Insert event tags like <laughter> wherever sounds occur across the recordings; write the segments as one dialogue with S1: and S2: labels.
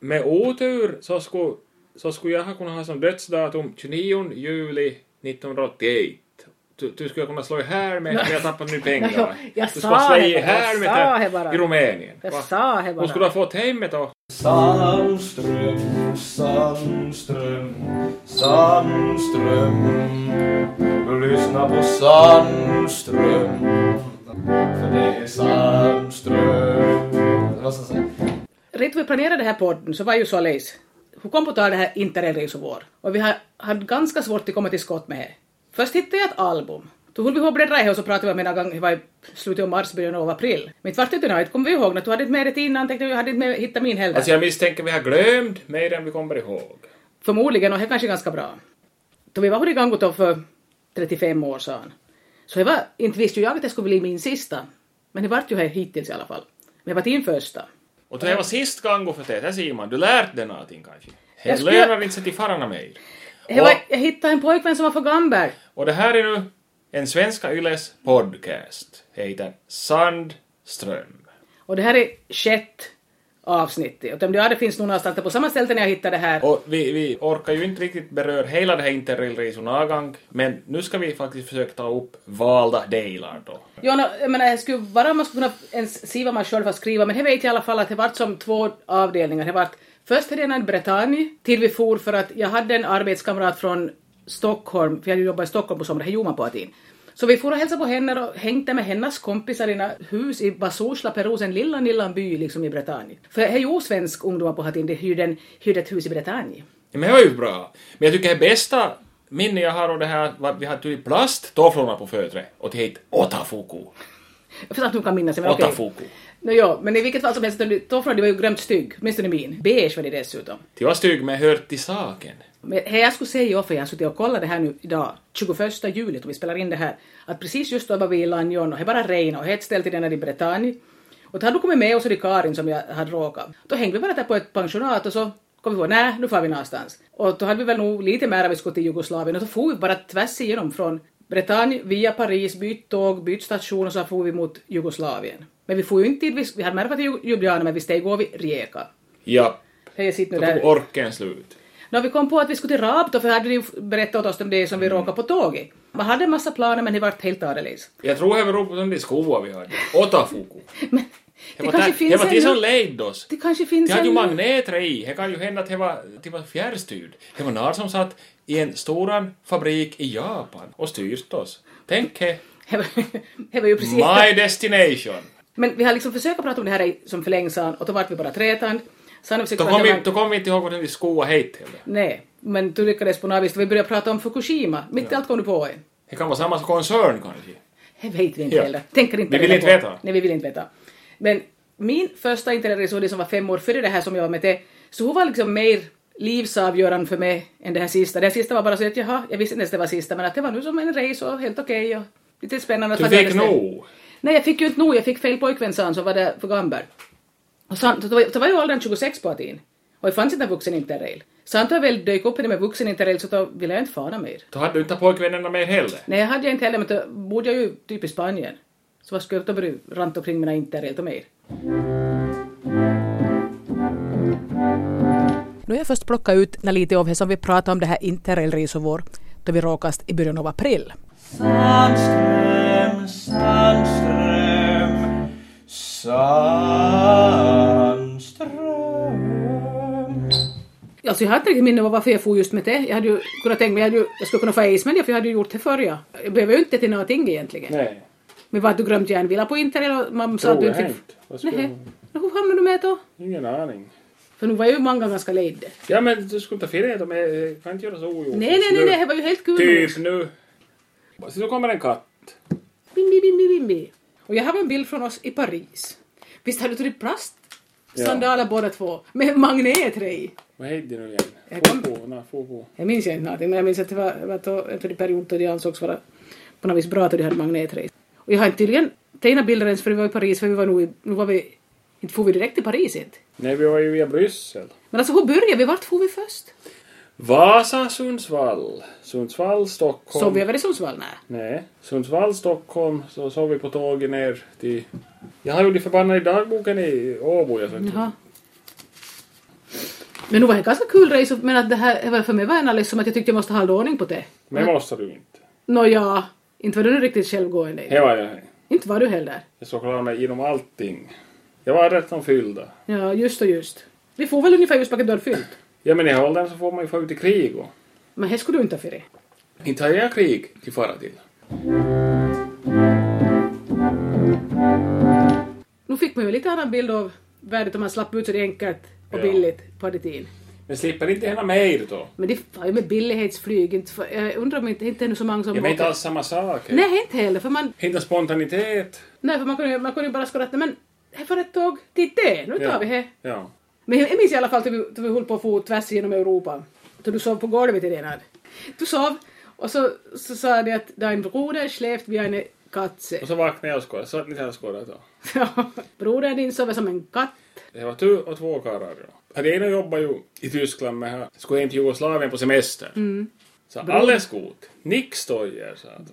S1: med otur så skulle, så skulle jag ha kunnat ha som dödsdatum 29 juli 1981. Du, du skulle kunna slå i här med att jag tappat nu pengar.
S2: Nej, jag
S1: du
S2: sa
S1: skulle slå i
S2: det bara, jag
S1: här med
S2: sa
S1: det
S2: det bara.
S1: i Rumänien.
S2: Jag
S1: va?
S2: sa det bara.
S1: Hon skulle ha fått hemmet då.
S3: Sandström, Sandström, Sandström Lyssna på Sandström För det är Sandström Vad ska jag säga?
S2: Rätt vi planerade den här podden så var ju således, hon kom på tal det här interrailresan vår och vi har- hade ganska svårt att komma till skott med det. Först hittade jag ett album. Då höll vi på att bläddra i det och så pratade vi om det någon gång, det var i slutet av mars, början av april. Men inte vart det nöjt, kommer vi ihåg när du hade inte med det till innan, tänkte jag hade inte med hitta min heller.
S1: Alltså jag misstänker vi har glömt mer än vi kommer ihåg.
S2: Förmodligen, och det kanske är ganska bra. Då vi var hos Gangotov för 35 år sedan. Så det var, inte visste ju jag att det skulle bli min sista. Men det vart ju här hittills i alla fall. Men det var din första.
S1: Och det här var sist gång för det, där ser man, du lärt dig någonting kanske. Det
S2: Jag skulle-
S1: lönar inte sig till fararna mer.
S2: Det var, jag hittade en pojkvän som var från Gamberg.
S1: Och det här är nu en Svenska Yles podcast. Det heter Sandström.
S2: Och det här är sjätte avsnittet. Och om det aldrig finns någon annanstans, det är på samma ställe när jag hittade det här.
S1: Och vi, vi orkar ju inte riktigt beröra hela det här interrailresan avgång, men nu ska vi faktiskt försöka ta upp valda delar då.
S2: Ja, nå, jag menar, det skulle vara om man skulle kunna ens se vad man själv har skrivit, men det vet jag i alla fall att det vart som två avdelningar. Det vart först hade jag en Bretagne, till vi for för att jag hade en arbetskamrat från Stockholm, för jag hade ju jobbat i Stockholm på sommaren, det gjorde man på Atin. Så vi for och hälsade på henne och hängde med hennes kompisar i ena hus i Basosla, Perus, en lilla, lilla by liksom i Bretagne. För det är ju svensk ungdomar på Hatin, de hyrde, en- hyrde ett hus i Bretagne.
S1: Men det var ju bra. Men jag tycker det bästa minne jag har av det här var att vi hade ju plasttofflorna på fötret och det hette Otafuku.
S2: Jag förstår att hon kan minnas det, men okej.
S1: Otafuku.
S2: Nå, ja, men i vilket fall som helst, tofflorna de var ju grönt stygg, åtminstone min. Beige var det dessutom.
S1: Det var stygg men hör till saken.
S2: Men här jag skulle säga, för jag har suttit och kollat det här nu idag, 21 juli då vi spelar in det här, att precis just då var vi i Lanjon och det bara regnade och det är ett ställe till den här i Bretagne. Och då hade du kommit med oss och det är Karin som jag hade råkat. Då hängde vi bara där på ett pensionat och så kom vi på, nej, nu får vi någonstans. Och då hade vi väl nog lite mer vi skulle till Jugoslavien och så for vi bara tvärs igenom från Bretagne via Paris, bytt tåg, bytt station och så for vi mot Jugoslavien. Men vi får ju inte dit, vi hade mer varit i Ljubljana men vi steg över Rijeka.
S1: Ja,
S2: Hej, jag sitter
S1: då
S2: nu där.
S1: tog orken slut.
S2: När vi kom på att vi skulle till Rabto, för hade de ju berättat åt oss om det som
S1: Mm.
S2: vi råkade på tåget. Man hade en massa planer men det vart helt annorledes.
S1: Jag tror det beror på de där skovar vi hade. Otafuku.
S2: Men
S1: Det
S2: det
S1: var där-
S2: kanske
S1: det
S2: finns
S1: var det som
S2: ännu.
S1: ledde oss.
S2: Det kanske finns <laughs>
S1: Det hade ju
S2: ännu.
S1: magneter i. Det kan ju hända att det var, det var fjärrstyrd. Det var någon som satt i en stor fabrik i Japan och styrt oss. Tänk
S2: <laughs>
S1: he.
S2: Det var- Det var ju precis det.
S1: My destination.
S2: Men vi har liksom försökt prata om det här i- som förlängsan och då vart vi bara trätand. Sen har vi försökt
S1: Då
S2: prata
S1: kom,
S2: om-
S1: vi, då kom vi inte ihåg vad vi skoa hit heller.
S2: Nej, men du lyckades på något vis. Vi började prata om Fukushima. Mitt i allt kom du på det.
S1: Det kan vara samma koncern kanske.
S2: Det vet vi inte
S1: Ja.
S2: heller. Tänker inte
S1: Vi vill
S2: reda
S1: inte
S2: på.
S1: veta.
S2: Nej, vi vill inte veta. Men min första interresa, det som var fem år före det här som jag var med till, så hon var liksom mer livsavgörande för mig än det här sista. Det här sista var bara så att jaha, jag visste inte ens det var sista, men att det var nu som en race och helt okej och lite spännande.
S1: Du
S2: Fast jag
S1: fick
S2: hade-
S1: nog.
S2: Nej, jag fick ju inte nog. Jag fick fel pojkvän, sa han, som var där för Gamberg. Och sant, då, var, då var ju åldern 26 på Atin. Och det fanns inte vuxen interrail. Så han då jag väl dök upp i det med vuxen interrail så då ville jag inte fara mer.
S1: Då hade du inte pojkvännen med heller.
S2: Nej, jag hade jag inte heller, men då bodde jag ju typ i Spanien. Så vad skulle jag då börja ranta omkring mina interrail och mer? Nu har jag först plockat ut när lite av det som vi pratade om det här interrailresan vår, då vi råkast i början av april.
S3: Sandström, Sandström, Sandström
S2: Alltså jag har inte riktigt minne av varför jag for just med det. Jag hade ju kunnat tänka mig, jag, hade ju, jag skulle kunna få Iceman, för jag hade ju gjort det förr ja. Jag behöver ju inte till någonting egentligen.
S1: Nej.
S2: Men vad du glömt järnvila på interrail och man sa
S1: Tror
S2: att du
S1: jag
S2: inte
S1: inte. Vad
S2: Nej,
S1: skulle-
S2: hur hamnade du med då?
S1: Ingen aning.
S2: För nu var ju många ganska lejda.
S1: Ja men du skulle inte fira dem. Jag kan inte göra så ogjort.
S2: Nej, nej, nej, nej, det var ju helt kul.
S1: Typ nu. Så nu kommer en katt.
S2: Bim, bim, bim, bim, bim, bim. Och jag har en bild från oss i Paris. Visst hade du tagit plastsandaler båda två? Med magneter i.
S1: Vad heter det nu igen?
S2: Jag kan-
S1: Fufu, nej, fufu.
S2: Jag minns inte någonting, men jag minns att det var, var då, en till period då de ansågs vara på något vis bra att de hade magneter i. Och jag har inte tydligen tecknat bilder ens för vi var i Paris, för vi var nog i, nu var vi, inte for vi direkt till Paris inte.
S1: Nej, vi var ju via Bryssel.
S2: Men alltså hur började vi? Vart for vi först?
S1: Vasa, Sundsvall. Sundsvall, Stockholm.
S2: Sov vi över i Sundsvall? Nej.
S1: Nej. Sundsvall, Stockholm. Så sov vi på tåget ner till...
S2: Mm.
S1: Jag har ju de förbannade dagboken i Åbo. Jag,
S2: Jaha. Men nu var det en ganska kul race, men att det här var för mig var en alldeles som att jag tyckte jag måste hålla ordning på det.
S1: Men måste du inte.
S2: Nåja, inte var du nu riktigt självgående.
S1: Det var jag.
S2: Inte var du heller.
S1: Jag ska klara mig genom allting. Jag var rätt om fyllda.
S2: Ja, just och just. Vi får väl ungefär just vilket du har fyllt.
S1: Ja men i åldern så får man ju få ut i krig och...
S2: Men här skulle du inte ha firat.
S1: Inte har jag krig till fara till.
S2: Nu fick man ju en lite annan bild av värdet om man slapp ut så det är enkelt och
S1: Ja.
S2: billigt på det tiden.
S1: Men slipper inte hända mer då?
S2: Men det var ju med billighetsflyg. Inte för, jag undrar om inte, inte är nu så många som
S1: Jag vet inte
S2: åker-
S1: alls samma sak.
S2: Nej, inte heller. För man,
S1: Inte spontanitet.
S2: nej, för man kunde ju man kunde ju bara skåra att nej, men här får ett tåg till det. Nu tar vi det.
S1: Ja.
S2: Men jag jag minns i alla fall att vi, att vi höll på att få tvärs genom Europa. Så du sov på golvet i Renad. Du sov och så, så sa de att din broder släppt via en katse.
S1: Och så vaknade jag och skådade. Satt ni där och skådade då?
S2: Ja, Brodern din sover som en katt.
S1: Det var du och två karlar då. Hade ena jobbat ju i Tyskland med här. Skulle hem till Jugoslavien på semester. Mm. Så alles gut. Nix dojer, sa han.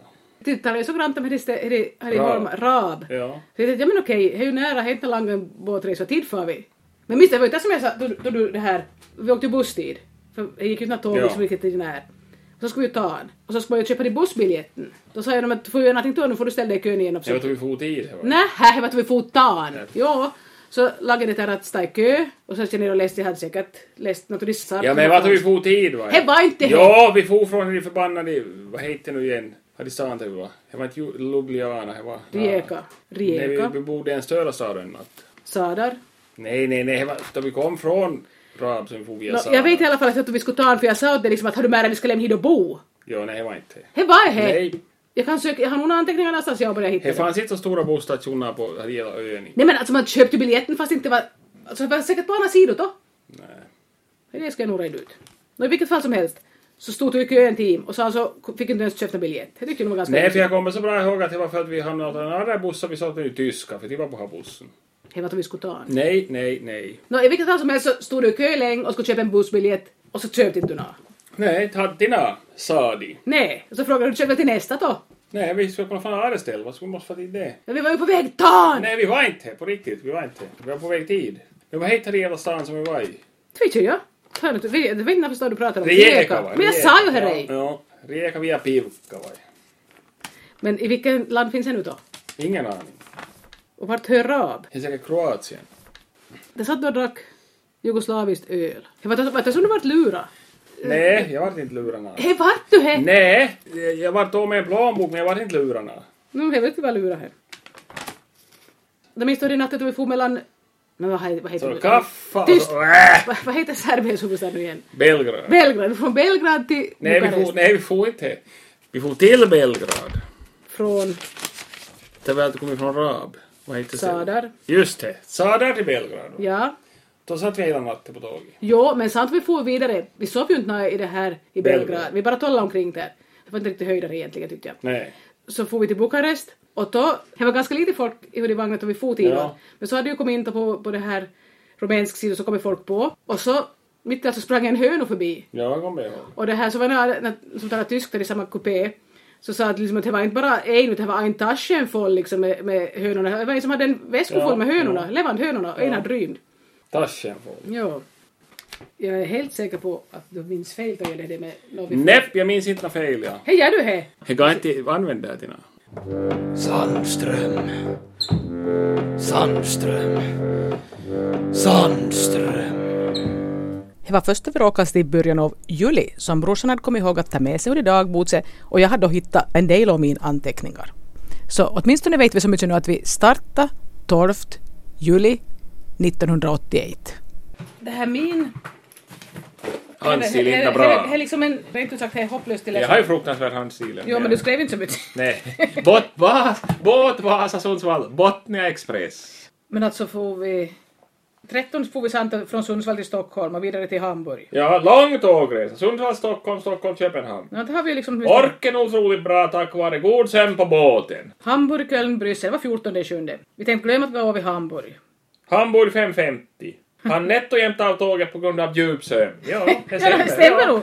S2: Tittar jag så grant om hennes här i
S1: Raab.
S2: Holm, Raab.
S1: Ja.
S2: Så jag tänkte, ja men okej, det är ju nära, det är inte lång en båtresa, tid får vi. Men minst det var ju det som jag sa, då, då du det här, vi åkte ju busstid. För det gick ju inte något tåg liksom,
S1: Ja.
S2: som gick till den här. Och så skulle vi ju ta han. Och så skulle man ju köpa dig bussbiljetten. Då sa jag dem att får jag göra någonting då, nu får du ställa dig i kön igen. Och
S1: Det
S2: så
S1: var vi for tid. det var.
S2: Nähä, det var att vi for tan.
S1: Nej.
S2: Ja, så lagade det där att stå i kö och så känner jag och läste, jag hade säkert läst något och det sa-
S1: Ja men vad vi for tid va?
S2: Det var inte
S1: Ja, vi for från den förbannade... Vad heter det nu igen? Hade stan det var? Det var inte Ju- Ljubljana, det var...
S2: Rijeka.
S1: Nej, vi,
S2: Rijeka.
S1: vi bodde i en större stad en natt.
S2: Sadar.
S1: Nej, nej, nej, det var då vi kom från Raab som vi for via
S2: Nå,
S1: Sara.
S2: jag vet i alla fall att jag trodde vi skulle ta honom för jag sa åt dig liksom att har du med dig, vi ska lämna hit och bo.
S1: Jo, nej, det var inte det.
S2: He var he.
S1: Nej,
S2: Jag kan söka, jag har några anteckningar någonstans jag har börjat hitta.
S1: det
S2: det.
S1: fanns inte så stora bostationer på här hela ön. i-
S2: Nej men alltså man köpte biljetten fast det inte var... Alltså det var säkert på andra sidan då.
S1: Nej.
S2: Det ska jag nog reda ut. Nå, i vilket fall som helst så stod du i kö en timme och sen så fick inte ens köpa en biljett. Det tyckte jag nog var ganska...
S1: Nej, för jag kommer så bra ihåg att det var för att vi hamnade på den andra bussen, vi satt nu i tyska, för det var på här bussen.
S2: Det var att vi skulle ta honom.
S1: Nej, nej, nej.
S2: Nå, i vilket fall som helst så stod du i kö länge och skulle köpa en bussbiljett och så köpte inte du något.
S1: Nej, tantina, sa de.
S2: Nej, och så frågade du köpte till nästa då.
S1: Nej, vi skulle kunna fan ha det stället, vad skulle vi måste få till det?
S2: Men vi var ju på väg tan!
S1: Nej, vi var inte här, på riktigt, vi var inte här. Vi var på väg tid. Det var helt den jävla stan som vi var i.
S2: Tvitcher jag. Hör inte, vi- Jag vet inte förstår du pratar om.
S1: Rijeka var det,
S2: Men jag
S1: Rijeka.
S2: sa ju herrej.
S1: Ja, ja. Rijeka via Pivka var det.
S2: Men i vilket land finns det nu då?
S1: Ingen aning.
S2: Och vart hör Raab?
S1: Det är säkert Kroatien.
S2: Där satt du och drack jugoslaviskt öl. Det var det- var det som du vart lura?
S1: Eh. Nej, jag vart inte lurad alls.
S2: Hej, vart du he?
S1: Nej, jag vart av med en plånbok men jag vart inte lurad alls.
S2: Nu jag vet inte vad lura he. Det minns du din natt att vi for mellan... Men vad, he- vad heter
S1: Så
S2: det?
S1: kaffa och
S2: Tyst!
S1: så... Äh,
S2: Vad, vad heter Serbiens huvudstad nu igen?
S1: Belgrad.
S2: Belgrad. Från Belgrad till
S1: Nej vi,
S2: Bukarest.
S1: får, nej, vi får inte. Vi får till Belgrad.
S2: Från
S1: Det var att det kom ifrån Raab. Vad heter det?
S2: Sadar.
S1: Just det. Sadar till Belgrad. då.
S2: Ja.
S1: Då satt vi hela natten på tåget.
S2: Jo, men sant vi for vidare. Vi sov ju inte nå i det här i Belgrad.
S1: Belgrad.
S2: Vi bara tollade omkring där. Det var inte riktigt höjdare egentligen tyckte jag.
S1: Nej.
S2: så for vi till Bukarest och då, det var ganska lite folk i det vagnet och vi for till
S1: Ja.
S2: Ivan. Men så hade ju kommit in på, på det här rumänsk sida så kom ju folk på och så mitt i allt så sprang en höna förbi
S1: Jag kommer ihåg.
S2: och det här så var det någon som talade tysk där i samma kupé så sa att, liksom, att det var inte bara en utan det var en taschen full liksom, med, med hönorna. Det var en som hade en väska
S1: Ja,
S2: full med hönorna, levande hönorna, och en hade rymd.
S1: Taschen får vi.
S2: Ja. Jag är helt säker på att du minns fel på det där med när vi...
S1: Näpp, jag minns inte något fel ja.
S2: Hej, gör du det?
S1: Jag kan inte använda det till något.
S3: Sandström. Sandström. Sandström.
S2: Det var först över åkast i början av juli som brorsan hade kommit ihåg att ta med sig ur i dagbotset och jag hade då hittat en del av mina anteckningar. Så åtminstone vet vi så mycket nu att vi startade 12 juli 1981. Det här min...
S1: Handstil inte bra.
S2: är liksom en... Rent ut sagt, det är hopplöst till
S1: Jag har ju fruktansvärd handstil.
S2: Jo, men du skrev inte så mycket.
S1: Nej. Bot, Vas, båt Vasa Sundsvall. Botnia Express.
S2: <laughs> Men alltså får vi... 13 får vi santa från Sundsvall till Stockholm och vidare till Hamburg.
S1: Ja, lång tågresa. Sundsvall, Stockholm, Stockholm, Köpenhamn.
S2: Ja, det har vi liksom...
S1: Orken otroligt bra tack vare god sömn på båten.
S2: Hamburg, Köln, Bryssel. Det var 14 sjunde. Vi tänkte glömma att vi var över i Hamburg.
S1: Hamburg 5.50. Han netto jämta av tåget på grund av djup sömn. Ja, det
S2: <laughs> Ja,
S1: stämmer.
S2: det stämmer
S1: ja.
S2: nog.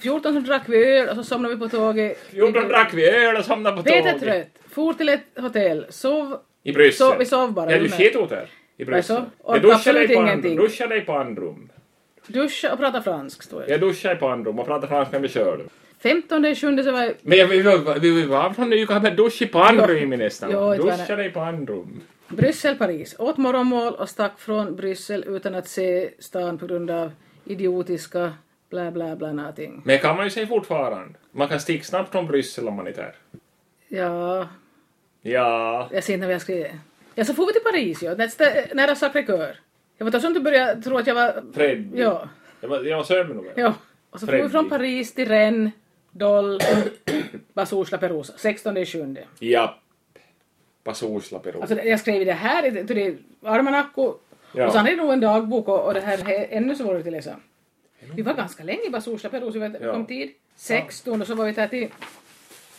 S2: 14 så drack vi öl och så somnade vi på tåget.
S1: Jo, då drack vi öl och somnade på
S2: Peter
S1: tåget.
S2: trött. For till ett hotell. Sov.
S1: I Bryssel.
S2: Så- vi sov bara,
S1: Ja, du
S2: rummet.
S1: skit åt er. I Bryssel.
S2: Alltså,
S1: Jag
S2: orkade
S1: duschade
S2: absolut
S1: dig på andrum.
S2: ingenting.
S1: Duschade dig på andrum.
S2: Duscha och prata franskt. Då.
S1: Jag duschar i pannrum och pratar franska med själv.
S2: 15 sjunde så var jag...
S1: Men jag vill vi vill vara från nu kan man duscha i pannrum nästan.
S2: Jo, det var
S1: Duscha dig i pannrum.
S2: Bryssel, Paris. Åt morgonmål och stack från Bryssel utan att se stan på grund av idiotiska bla bla bla någonting.
S1: Men kan man ju säga fortfarande. Man kan sticka snabbt från Bryssel om man inte är.
S2: Ja,
S1: Ja.
S2: jag ser inte vad jag ska ge. Ja, så for vi till Paris, ja. Nästa, nära Sacré-Cœur. Jag var som du började tro att jag var...
S1: Freddy.
S2: Ja.
S1: Jag var, jag var sömnig nog.
S2: Ja. Och så for vi
S1: Freddy.
S2: från Paris till Rennes, Dol, Basouche, La Perosa. 16 sjunde.
S1: Ja. Passusla Peru.
S2: Alltså, jag skrev det här i det- det är almanacko.
S1: Ja.
S2: Och sen är det nog en dagbok och, och det här är ännu svårare att läsa. Vi var ganska länge i Basoursla Peru, så vi var-
S1: Ja.
S2: kom tid. 16 och så var vi där till...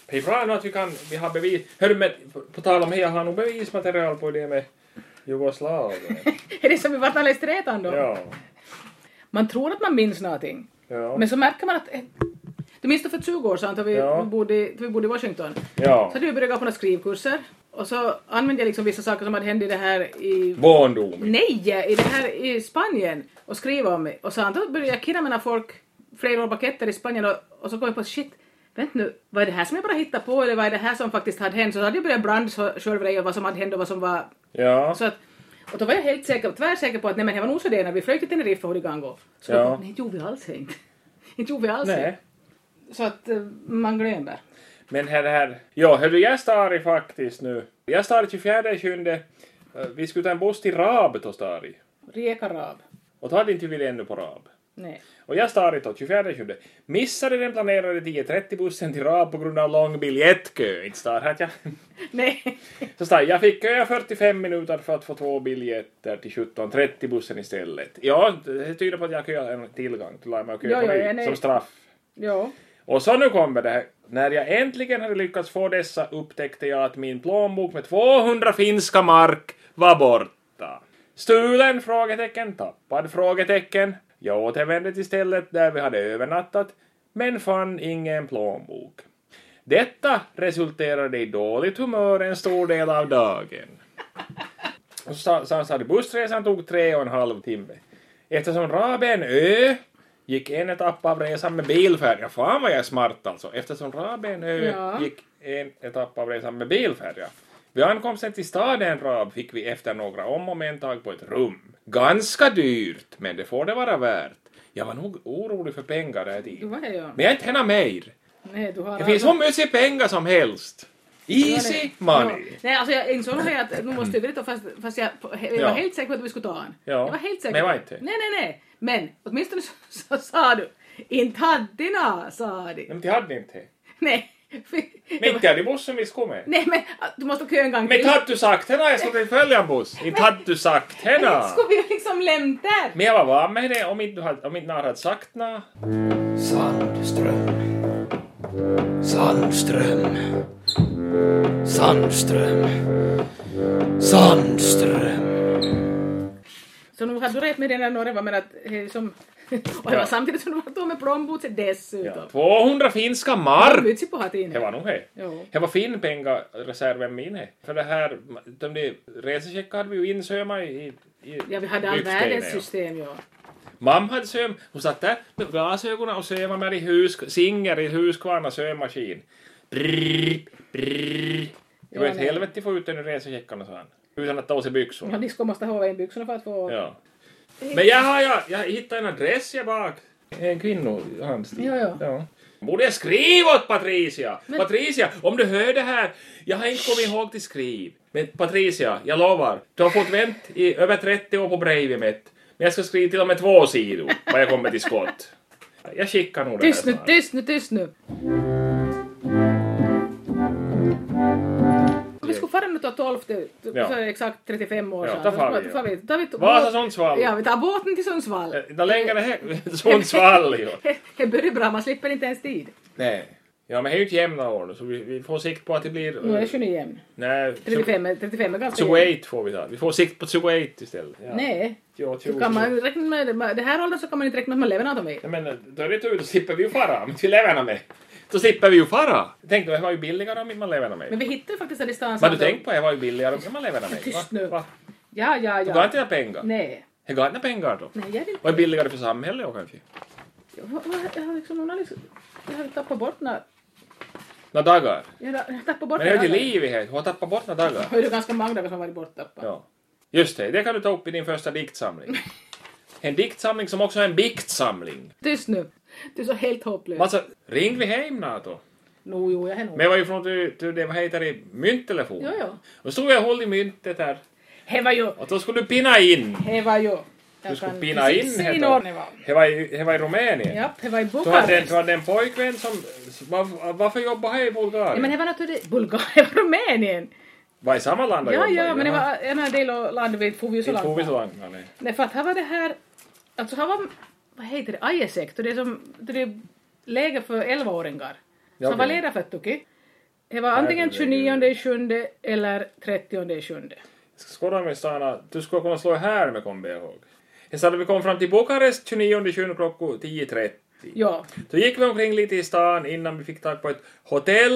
S1: Det är bra nu att vi kan, vi har bevis. Hörru, men på- på tal om det, jag har nog bevismaterial på det med Jugoslavien.
S2: <laughs> <laughs> Är det som vi vart alldeles trätan då?
S1: ja.
S2: Man tror att man minns någonting.
S1: Ja.
S2: Men så märker man att... eh, Du minns det för 20 år sedan då vi,
S1: Ja.
S2: bodde, i- då vi bodde i Washington.
S1: ja.
S2: Så hade vi börjat gå på några skrivkurser. Och så använde jag liksom vissa saker som hade hänt i det här i
S1: Barndom.
S2: nej i det här i Spanien och skriva om mig. Och sen då började jag kidda mina folk flera år baketter i Spanien och, och så kom jag på shit, vänta nu, vad är det här som jag bara hittar på eller vad är det här som faktiskt hade hänt? Så då hade jag börjat brandsjölvra och vad som hade hänt och vad som var
S1: Ja.
S2: så att, och då var jag helt säker, tvärsäker på att nej men jag var nog så det när vi flög till Teneriffa och Hurigango. Så
S1: Ja.
S2: ja. nej, inte gjorde vi alls inte. <laughs> inte gjorde vi alls
S1: Nej.
S2: inte. Så att eh, man glömmer.
S1: Men här, här. Ja, hörru, jag star i faktiskt nu. Jag star i 24 sjunde. Eh, Vi skulle ta en buss till Raab då star i.
S2: Reka rab.
S1: Och då hade inte vi ännu på Raab.
S2: Nej.
S1: Och jag star i då 24 sjunde. Missade den planerade 10.30 bussen till Raab på grund av lång biljettkö. Inte star här att jag.
S2: Nej. <laughs>
S1: Så star jag, jag fick köa 45 minuter för att få två biljetter till 17.30 bussen istället. Ja, det tyder på att jag köade en tillgång. Då la jag mig och
S2: Ja,
S1: köade på
S2: ja, ja,
S1: ny
S2: nej.
S1: som straff.
S2: jo.
S1: Och så nu kommer det här. När jag äntligen hade lyckats få dessa upptäckte jag att min plånbok med 200 finska mark var borta. Stulen? Frågetecken. Tappad? Frågetecken. Jag återvände till stället där vi hade övernattat, men fann ingen plånbok. Detta resulterade i dåligt humör en stor del av dagen. Och så sa han att bussresan tog tre och en halv timme. Eftersom Raab är en ö gick en etapp av resan med bilfärja. Ja, fan vad jag är smart alltså. Eftersom Raab är en ö
S2: Ja.
S1: gick en etapp av resan med bilfärja. Vid ankomsten till staden Raab fick vi efter några om och men tag på ett rum. Ganska dyrt, men det får det vara värt. Jag var nog orolig för pengar där
S2: Du
S1: dit.
S2: var det ja.
S1: Men jag inte henne mer.
S2: Nej, du har
S1: Det finns hur mycket pengar som helst. Easy money.
S2: Ja. Nej, alltså jag insåg nog att nu måste jag veta fast, fast jag, jag
S1: Ja.
S2: var helt säker på att vi skulle ta den.
S1: Ja.
S2: Jag var helt säker.
S1: Men jag var inte.
S2: Nej, nej, nej. Men åtminstone så, <laughs> så sa du inte hade sa du.
S1: Men det hade ni inte.
S2: Nej. för-
S1: Men inte hade bussen vi skulle med.
S2: <laughs> Nej, men ah, du måste köa en gång
S1: Men inte hade du sagt henne jag skulle till följa en buss. Inte hade du sagt <laughs> henne.
S2: Skulle vi liksom lämna där?
S1: Men jag var van med det om inte du hade- om inte någon hade sagt nå.
S3: Sandström. Sandström. Sandström. Sandström.
S2: Så nu hade du rätt med den där norra, men att eh,
S1: <laughs>
S2: som... Och det
S1: Ja.
S2: var samtidigt som du var tom med plånboken dessutom.
S1: 200 finska
S2: Ja.
S1: mark!
S2: Mytsig på hatt
S1: Det var nog det.
S2: Jo.
S1: Det var Finnpengareserven min det. För det här, de där resecheckar hade vi ju insöma i, i
S2: Ja, vi hade all
S1: lyxpengar,
S2: världens
S1: ja.
S2: system, ja.
S1: Mamma hade söm, hon satt där med glasögonen och sömmade med i hus, Singer i Huskvarna sömmaskin. Brrr, brrr. Det var
S2: Ja,
S1: ett
S2: nej.
S1: helvete få ut den ur resecheckarna, sa han. Utan att ta sig
S2: Ja,
S1: byxorna.
S2: de skulle måste hova in byxorna för att få...
S1: Ja. Men jag har jag, jag hittade en adress jag bak. En kvinnohandstil.
S2: Ja, ja.
S1: Borde jag skriva åt Patricia? Patricia, om du hör det här. Jag har inte kommit ihåg till skriv. Men Patricia, jag lovar. Du har fått vänt i över 30 år på brevet mitt. Men jag ska skriva till och med två sidor vad jag kommer till skott. Jag skickar nog det
S2: Tyst
S1: här
S2: nu,
S1: snart.
S2: tyst nu, tyst nu! Vi skulle fara nu till 12, det-
S1: Ja.
S2: så är det exakt 35 år
S1: Ja,
S2: sedan.
S1: då far vi,
S2: Då far vi. Då tar vi
S1: Vasa, Sundsvall.
S2: Ja, vi tar båten till Sundsvall.
S1: Eh, Nå längre här. <laughs> Sundsvall ju.
S2: <laughs> Det börjar bra, man slipper inte ens tid.
S1: Nej. Ja, men det är ju inte jämna år nu, så vi, vi får sikt på att det blir... eh,
S2: Nu är 29 igen.
S1: Nej,
S2: 35, är- 35 är ganska jämnt.
S1: 28 får vi ta. Vi får sikt på 28 istället. Ja.
S2: Nej,
S1: Ja,
S2: så kan man räkna med det. Det här åldern så kan man inte räkna med att man lever något av mig.
S1: Nej, men då är det tur, då slipper vi ju fara. Om inte vi lever med. Då slipper vi ju fara. Tänk då, det var ju billigare om inte man lever med.
S2: Men vi hittar ju faktiskt den distansen.
S1: Vad du tänkt på, det var ju billigare om inte man lever med.
S2: <laughs> Tyst nu.
S1: Va?
S2: Ja, ja,
S1: Du gav
S2: ja.
S1: inte dina pengar.
S2: Nej.
S1: Det Är galna pengar då?
S2: Nej, jag vill...
S1: Och är billigare för samhället och kanske?
S2: Jag har- jag har liksom någon alldeles... Jag har tappat bort när...
S1: Några dagar?
S2: Jag har tappat bort
S1: Men det är ju
S2: alla-
S1: till livighet, hon har tappat bort några
S2: <laughs>
S1: dagar.
S2: Det är ju ganska många dagar som har varit borttappade.
S1: Ja. Just det, det kan du ta upp i din första diktsamling. En diktsamling som också är en biktsamling.
S2: Tyst nu. Du är så helt hopplös.
S1: Alltså, ring vi hem Nato.
S2: No, jo, jag är nog...
S1: Men jag var ju från till, till det, vad heter det, mynttelefon.
S2: Jo, jo.
S1: Och stod jag och höll i myntet här.
S2: Det var ju...
S1: Och då skulle du pinna in.
S2: Det var ju... Jag
S1: Du skulle
S2: kan
S1: pinna in,
S2: precis
S1: heter
S2: se
S1: det.
S2: när det var.
S1: Det var i, det var i Rumänien.
S2: Ja, det var i
S1: Du hade, en,
S2: Bukarest.
S1: du hade en pojkvän som... Var, varför jobbade han i Bulgarien?
S2: Ja, men det var naturligtvis... Bulgarien, <laughs> det var Rumänien.
S1: Var i samma land han
S2: Ja,
S1: jobbade,
S2: ja, men det
S1: jaha.
S2: var en annan del av landet, vi for ju så
S1: Inte
S2: långt.
S1: for vi så
S2: bort.
S1: långt. nej.
S2: Nej, för att här var det här... Alltså här var... Vad heter det? Ajesekt. Det är som... Det är läge för
S1: Ja,
S2: 11-åringar. Så han var
S1: okej.
S2: ledare för Tuki. Det var antingen
S1: Herregud.
S2: 29 i sjunde eller 30 i sjunde.
S1: Skåda med Stana, du skulle kunna slå här med kommer jag ihåg. Jag sa att vi kom fram till Bukarest 29 juni klockan 10.30.
S2: Ja,
S1: Då gick vi omkring lite i stan innan vi fick tag på ett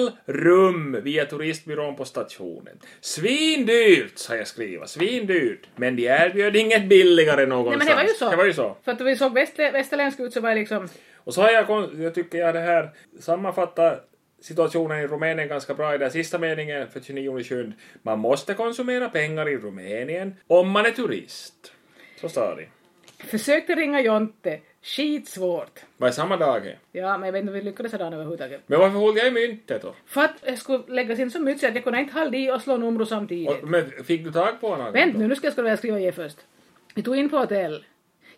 S1: hotellrum via turistbyrån på stationen. Svindyrt, sa jag skriva. Svindyrt. Men de erbjöd inget billigare någonstans.
S2: Nej, men det var ju så.
S1: Det var ju så.
S2: För att vi såg västlä- västerländsk ut så var det liksom...
S1: Och så har jag, kon- jag tycker jag det här sammanfattar situationen i Rumänien ganska bra i den sista meningen för 29 juni. Man måste konsumera pengar i Rumänien om man är turist. Så sa de.
S2: Försökte ringa Jonte. Skitsvårt.
S1: Var det samma dag?
S2: Ja, men jag vet inte om vi lyckades ha dagen överhuvudtaget.
S1: Men varför höll jag i myntet då?
S2: För att jag skulle läggas in så mycket så att jag kunde inte hålla i och slå nummer samtidigt.
S1: Och, men fick du tag på något?
S2: Vänt nu, nu ska jag skulle skriva ge först. Vi tog in på hotell.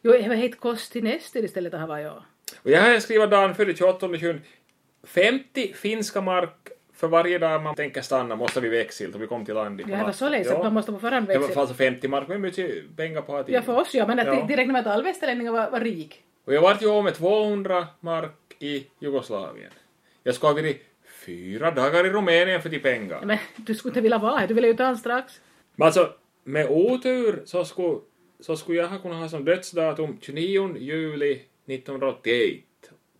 S2: Jo, det var helt kost till nästa istället, det här var jag.
S1: Och jag har skrivit dagen före 28 juni. 50 finska mark för varje dag man tänker stanna måste vi växla och vi kom till land i
S2: Jag var så ledsen att man måste på förhand
S1: växla. Det var
S2: växla.
S1: alltså 50 mark, men mycket pengar på att
S2: Ja, för oss ja, men att
S1: Ja.
S2: direkt med att all västerlänningar var, var rik.
S1: Och jag vart ju av med 200 mark i Jugoslavien. Jag ska ha varit fyra dagar i Rumänien för de pengar.
S2: Ja, men <laughs> du skulle inte vilja vara här, du ville ju ta han strax.
S1: Men alltså, med otur så skulle, så skulle jag ha kunnat ha som dödsdatum 29 juli 1981.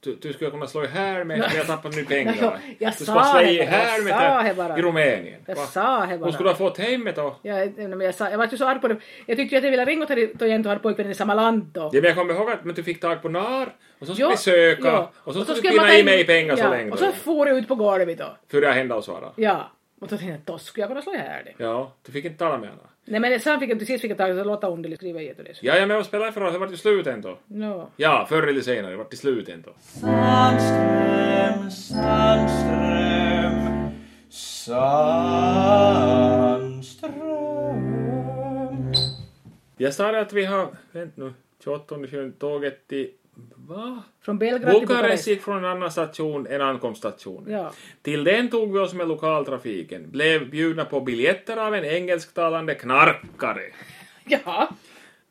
S1: Du, du skulle kunna slå i här med att jag tappat nu
S2: <laughs>
S1: pengar.
S2: Nej, jag
S1: du
S2: sa
S1: skulle slå
S2: det
S1: i
S2: bara,
S1: här
S2: jag
S1: med
S2: sa
S1: det
S2: det bara.
S1: i Rumänien.
S2: Jag
S1: Va?
S2: sa det bara.
S1: Hon skulle ha fått hemmet då.
S2: Ja, jag- men jag, sa, jag var ju så arg på det. Jag tyckte ju att jag ville ringa till dig igen, du har pojkvännen i samma land då.
S1: Ja, men jag kommer ihåg att men du fick tag på NAR och så skulle
S2: Jo,
S1: vi söka
S2: jo.
S1: och så skulle
S2: skulle
S1: du pinna
S2: man-
S1: i mig pengar så
S2: ja,
S1: länge.
S2: Och så for jag ut på golvet då.
S1: Före jag hände och svarade.
S2: Ja. Och då tänkte jag, då skulle jag kunna slå ihjäl det.
S1: Ja, du fick inte tala med henne.
S2: Nej men sen fick jag till sist fick jag tag i det, låta underligt skriva i det.
S1: Ja, jag är med och spelar för oss. Det vart ju slut ändå.
S2: No.
S1: Ja, förr eller senare. Det vart till slut ändå.
S3: Sandström, Sandström, Sandström.
S1: Jag sa det att vi har... Vänt nu. 28 juni, tåget till... Va?
S2: Från Belgrad till
S1: Bukarest
S2: Bukarest.
S1: gick från en annan station än ankomststationen.
S2: Ja. <laughs>
S1: Till den tog vi oss med lokaltrafiken. Blev bjudna på biljetter av en engelsktalande knarkare.
S2: Ja.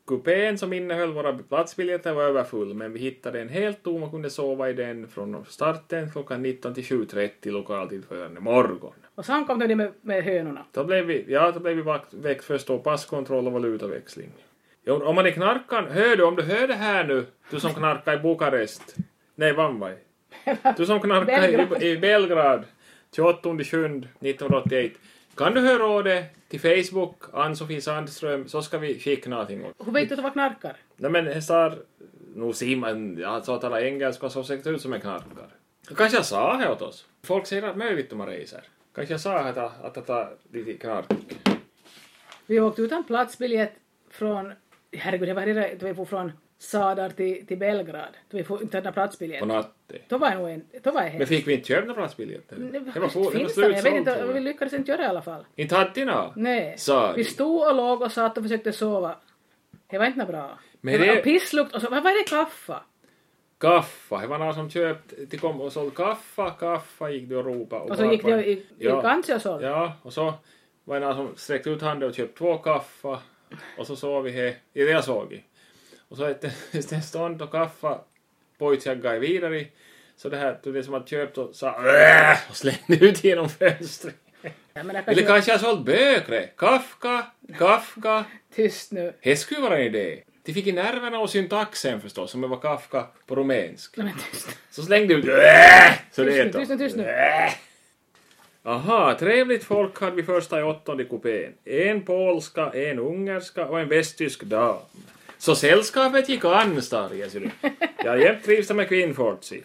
S1: Kupén som innehöll våra platsbiljetter var överfull, men vi hittade en helt tom och kunde sova i den från starten klockan 19 till 7.30 lokaltid följande morgon.
S2: Och sen kom de med, med hönorna.
S1: Då blev vi, ja, då blev vi vakt, väckt först då passkontroll och valutaväxling. Jo, om man är knarkan, hör du, om du hör det här nu, du som knarkar i Bukarest, nej Vanvai, du som knarkar
S2: Belgrad.
S1: i, i Belgrad 28 juni 1981, kan du höra av dig till Facebook, Ann-Sofie Sandström, så ska vi skicka någonting åt.
S2: Hur vet du att de var knarkare?
S1: Nej men hästar, nu ser man, jag sa att alla engelska såg säkert ut som en knarkare. Kanske jag sa det åt oss. Folk säger att möjligt om man reser. Kanske jag sa att att det tar lite knark.
S2: Vi åkte utan platsbiljett från, herregud, det var redan, vi for från Sadar till, till Belgrad. Vi får inte ha platsbiljett.
S1: på natten.
S2: Då var jag nog en, då var jag
S1: Men
S2: helt...
S1: fick vi inte köpa några platsbiljetter? Det var, full, det var
S2: finns det? Jag vet
S1: slutsålt.
S2: inte,
S1: tror
S2: vi
S1: jag.
S2: lyckades inte göra det i alla fall.
S1: Inte hade de några?
S2: Nej.
S1: Sa
S2: vi
S1: de.
S2: stod och låg och satt och försökte sova. Det var inte något bra.
S1: Men
S2: det
S1: det-
S2: var en pisslukt och så, vad var det kaffa?
S1: Kaffa, det var någon som köpte, de kom och sålde kaffa, kaffa gick du och ropade.
S2: Och så gick det i, i
S1: Ja.
S2: kanske och så.
S1: Ja, och så var det någon som sträckte ut handen och köpte två kaffa och så såg vi här, i det jag såg i. Och så ett <laughs> en stånd och kaffa pojkjagga är vidare i. så det här, det som hade köpt och sa "Äh!" och slängde ut genom fönstret.
S2: Ja, men det kanske
S1: Eller
S2: var
S1: kanske jag sålt bögre? Kafka, Kafka.
S2: tyst nu.
S1: Det skulle vara en idé. De fick i nerverna och syntaxen förstås, som var Kafka på rumänsk.
S2: Nej, men tyst.
S1: Så slängde ut "Äh!" Mm. så
S2: Tyst
S1: det
S2: nu, tyst nu, tyst nu.
S1: Äh! Aha, trevligt folk hade vi första i åttonde kupén. En polska, en ungerska och en västtysk dam. Så sällskapet gick an, Starias.
S2: <laughs>
S1: Jag jämt trivs med Kvinnfortsi.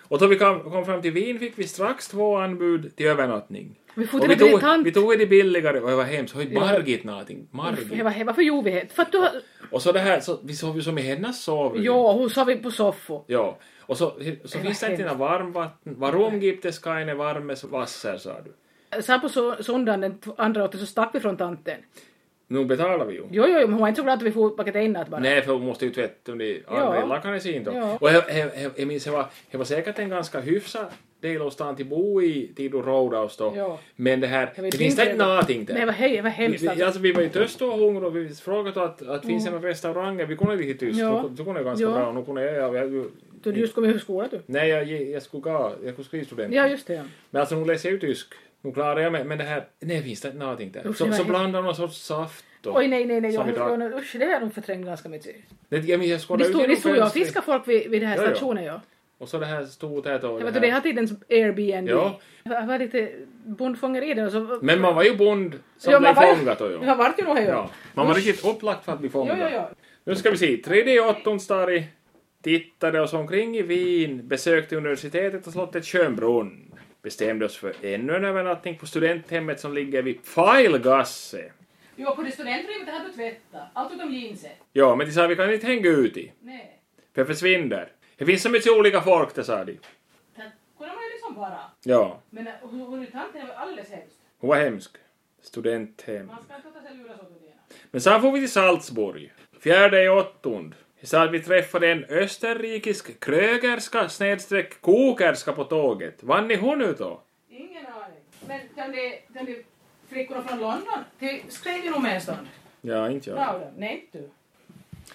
S1: Och då vi kom, kom fram till Wien fick vi strax två anbud till övernattning.
S2: Vi for
S1: Och
S2: till
S1: vi
S2: en
S1: tog,
S2: militant.
S1: vi tog det billigare, och det var hemskt. Höj Margit någonting.
S2: Det
S1: Margit.
S2: var, det var för jovighet. För att du har...
S1: Och så det här, så, vi sov ju som i hennes sovrum.
S2: Jo, hon sa vi på soffan.
S1: Ja. Och så, så finns det inte några varmvatten. Varom gibt es keine varmes Wasser, sa du.
S2: Sen på so- söndagen den tw- andra åttan så stack vi från tanten.
S1: Nu betalar vi ju.
S2: Jo, jo, jo, men hon var inte så glad att vi får paketet inåt bara.
S1: Nej, för hon måste ju tvätta under
S2: Ja.
S1: armen lakanet sin då.
S2: Ja.
S1: Och jag- jag jag- jag minns, det var, det var säkert en ganska hyfsad del av stan till bo i, till du Rhodos då.
S2: Ja.
S1: Men det här,
S2: Jag
S1: det
S2: vet
S1: finns
S2: inte
S1: inte
S2: vad-
S1: någonting där.
S2: Nej, det var, hej, det var
S1: Vi-
S2: hemskt
S1: vi,
S2: alltså.
S1: alltså, vi var ju törstiga och hungriga och vi frågade att, att finns det några restauranger. Vi kunde lite tyst.
S2: Ja.
S1: Du kunde ju ganska
S2: Ja.
S1: bra. Nu kunde jag, jag, jag,
S2: Du hade just kommit ur skolan du.
S1: nej, jag, jag skulle gå. Jag skulle skriva studenten.
S2: Ja, just det. ja.
S1: Men alltså nu läser jag ju tysk. Nu klarar jag mig. Men det här, nej finns det inte någonting där.
S2: Usch,
S1: så
S2: det var
S1: så
S2: helt-
S1: blandar de någon sorts saft och...
S2: Oj, nej, nej, nej. Jag,
S1: Som idag.
S2: jag, jag, usch, det här har de förträngt ganska mycket.
S1: Det, jag minns jag
S2: Det
S1: skådade
S2: stod, det stod ju och fiskade folk vid, vid den här
S1: Ja, ja.
S2: stationen, ja.
S1: Och så det här stod här då.
S2: Jag vet, och det här tidens Airbnb.
S1: Ja.
S2: Det var lite bondfångeri där. och Så,
S1: Men man var ju bond som
S2: Ja,
S1: blev
S2: man var ju-
S1: fångad. Och, ja.
S2: Man vart ju nog här,
S1: Ja.
S2: ja.
S1: Man var riktigt upplagt för att bli
S2: Jo,
S1: fångad.
S2: jo, jo.
S1: Nu ska vi se. 3D Ottonstari tittade oss omkring i Wien, besökte universitetet och slottet Schönbrunn. Bestämde oss för ännu en övernattning på studenthemmet som ligger vid Pfeilgasse.
S2: Jo, på det studentrummet hade du tvättat. Allt utom jeanset.
S1: Ja, men de sa vi kan inte hänga ut i,
S2: Nej.
S1: för det försvinner. Det finns så mycket olika folk där, sa de.
S2: Där kunde man ju liksom vara.
S1: Ja,
S2: Men eh, hon hon- tanten var alldeles hemskt.
S1: hon var hemsk. Studenthem.
S2: Man ska inte låta sig luras åt det ena.
S1: Men sen får vi till Salzburg. Fjärde i åttond. Så att vi träffade en österrikisk krögerska snedstreck kokerska på tåget. Vann ni hon ut då?
S2: Ingen aning. Men den det, den det flickorna från London, de skrev ju nog med en stund.
S1: Ja, inte jag.
S2: Bra då. Nej, inte du.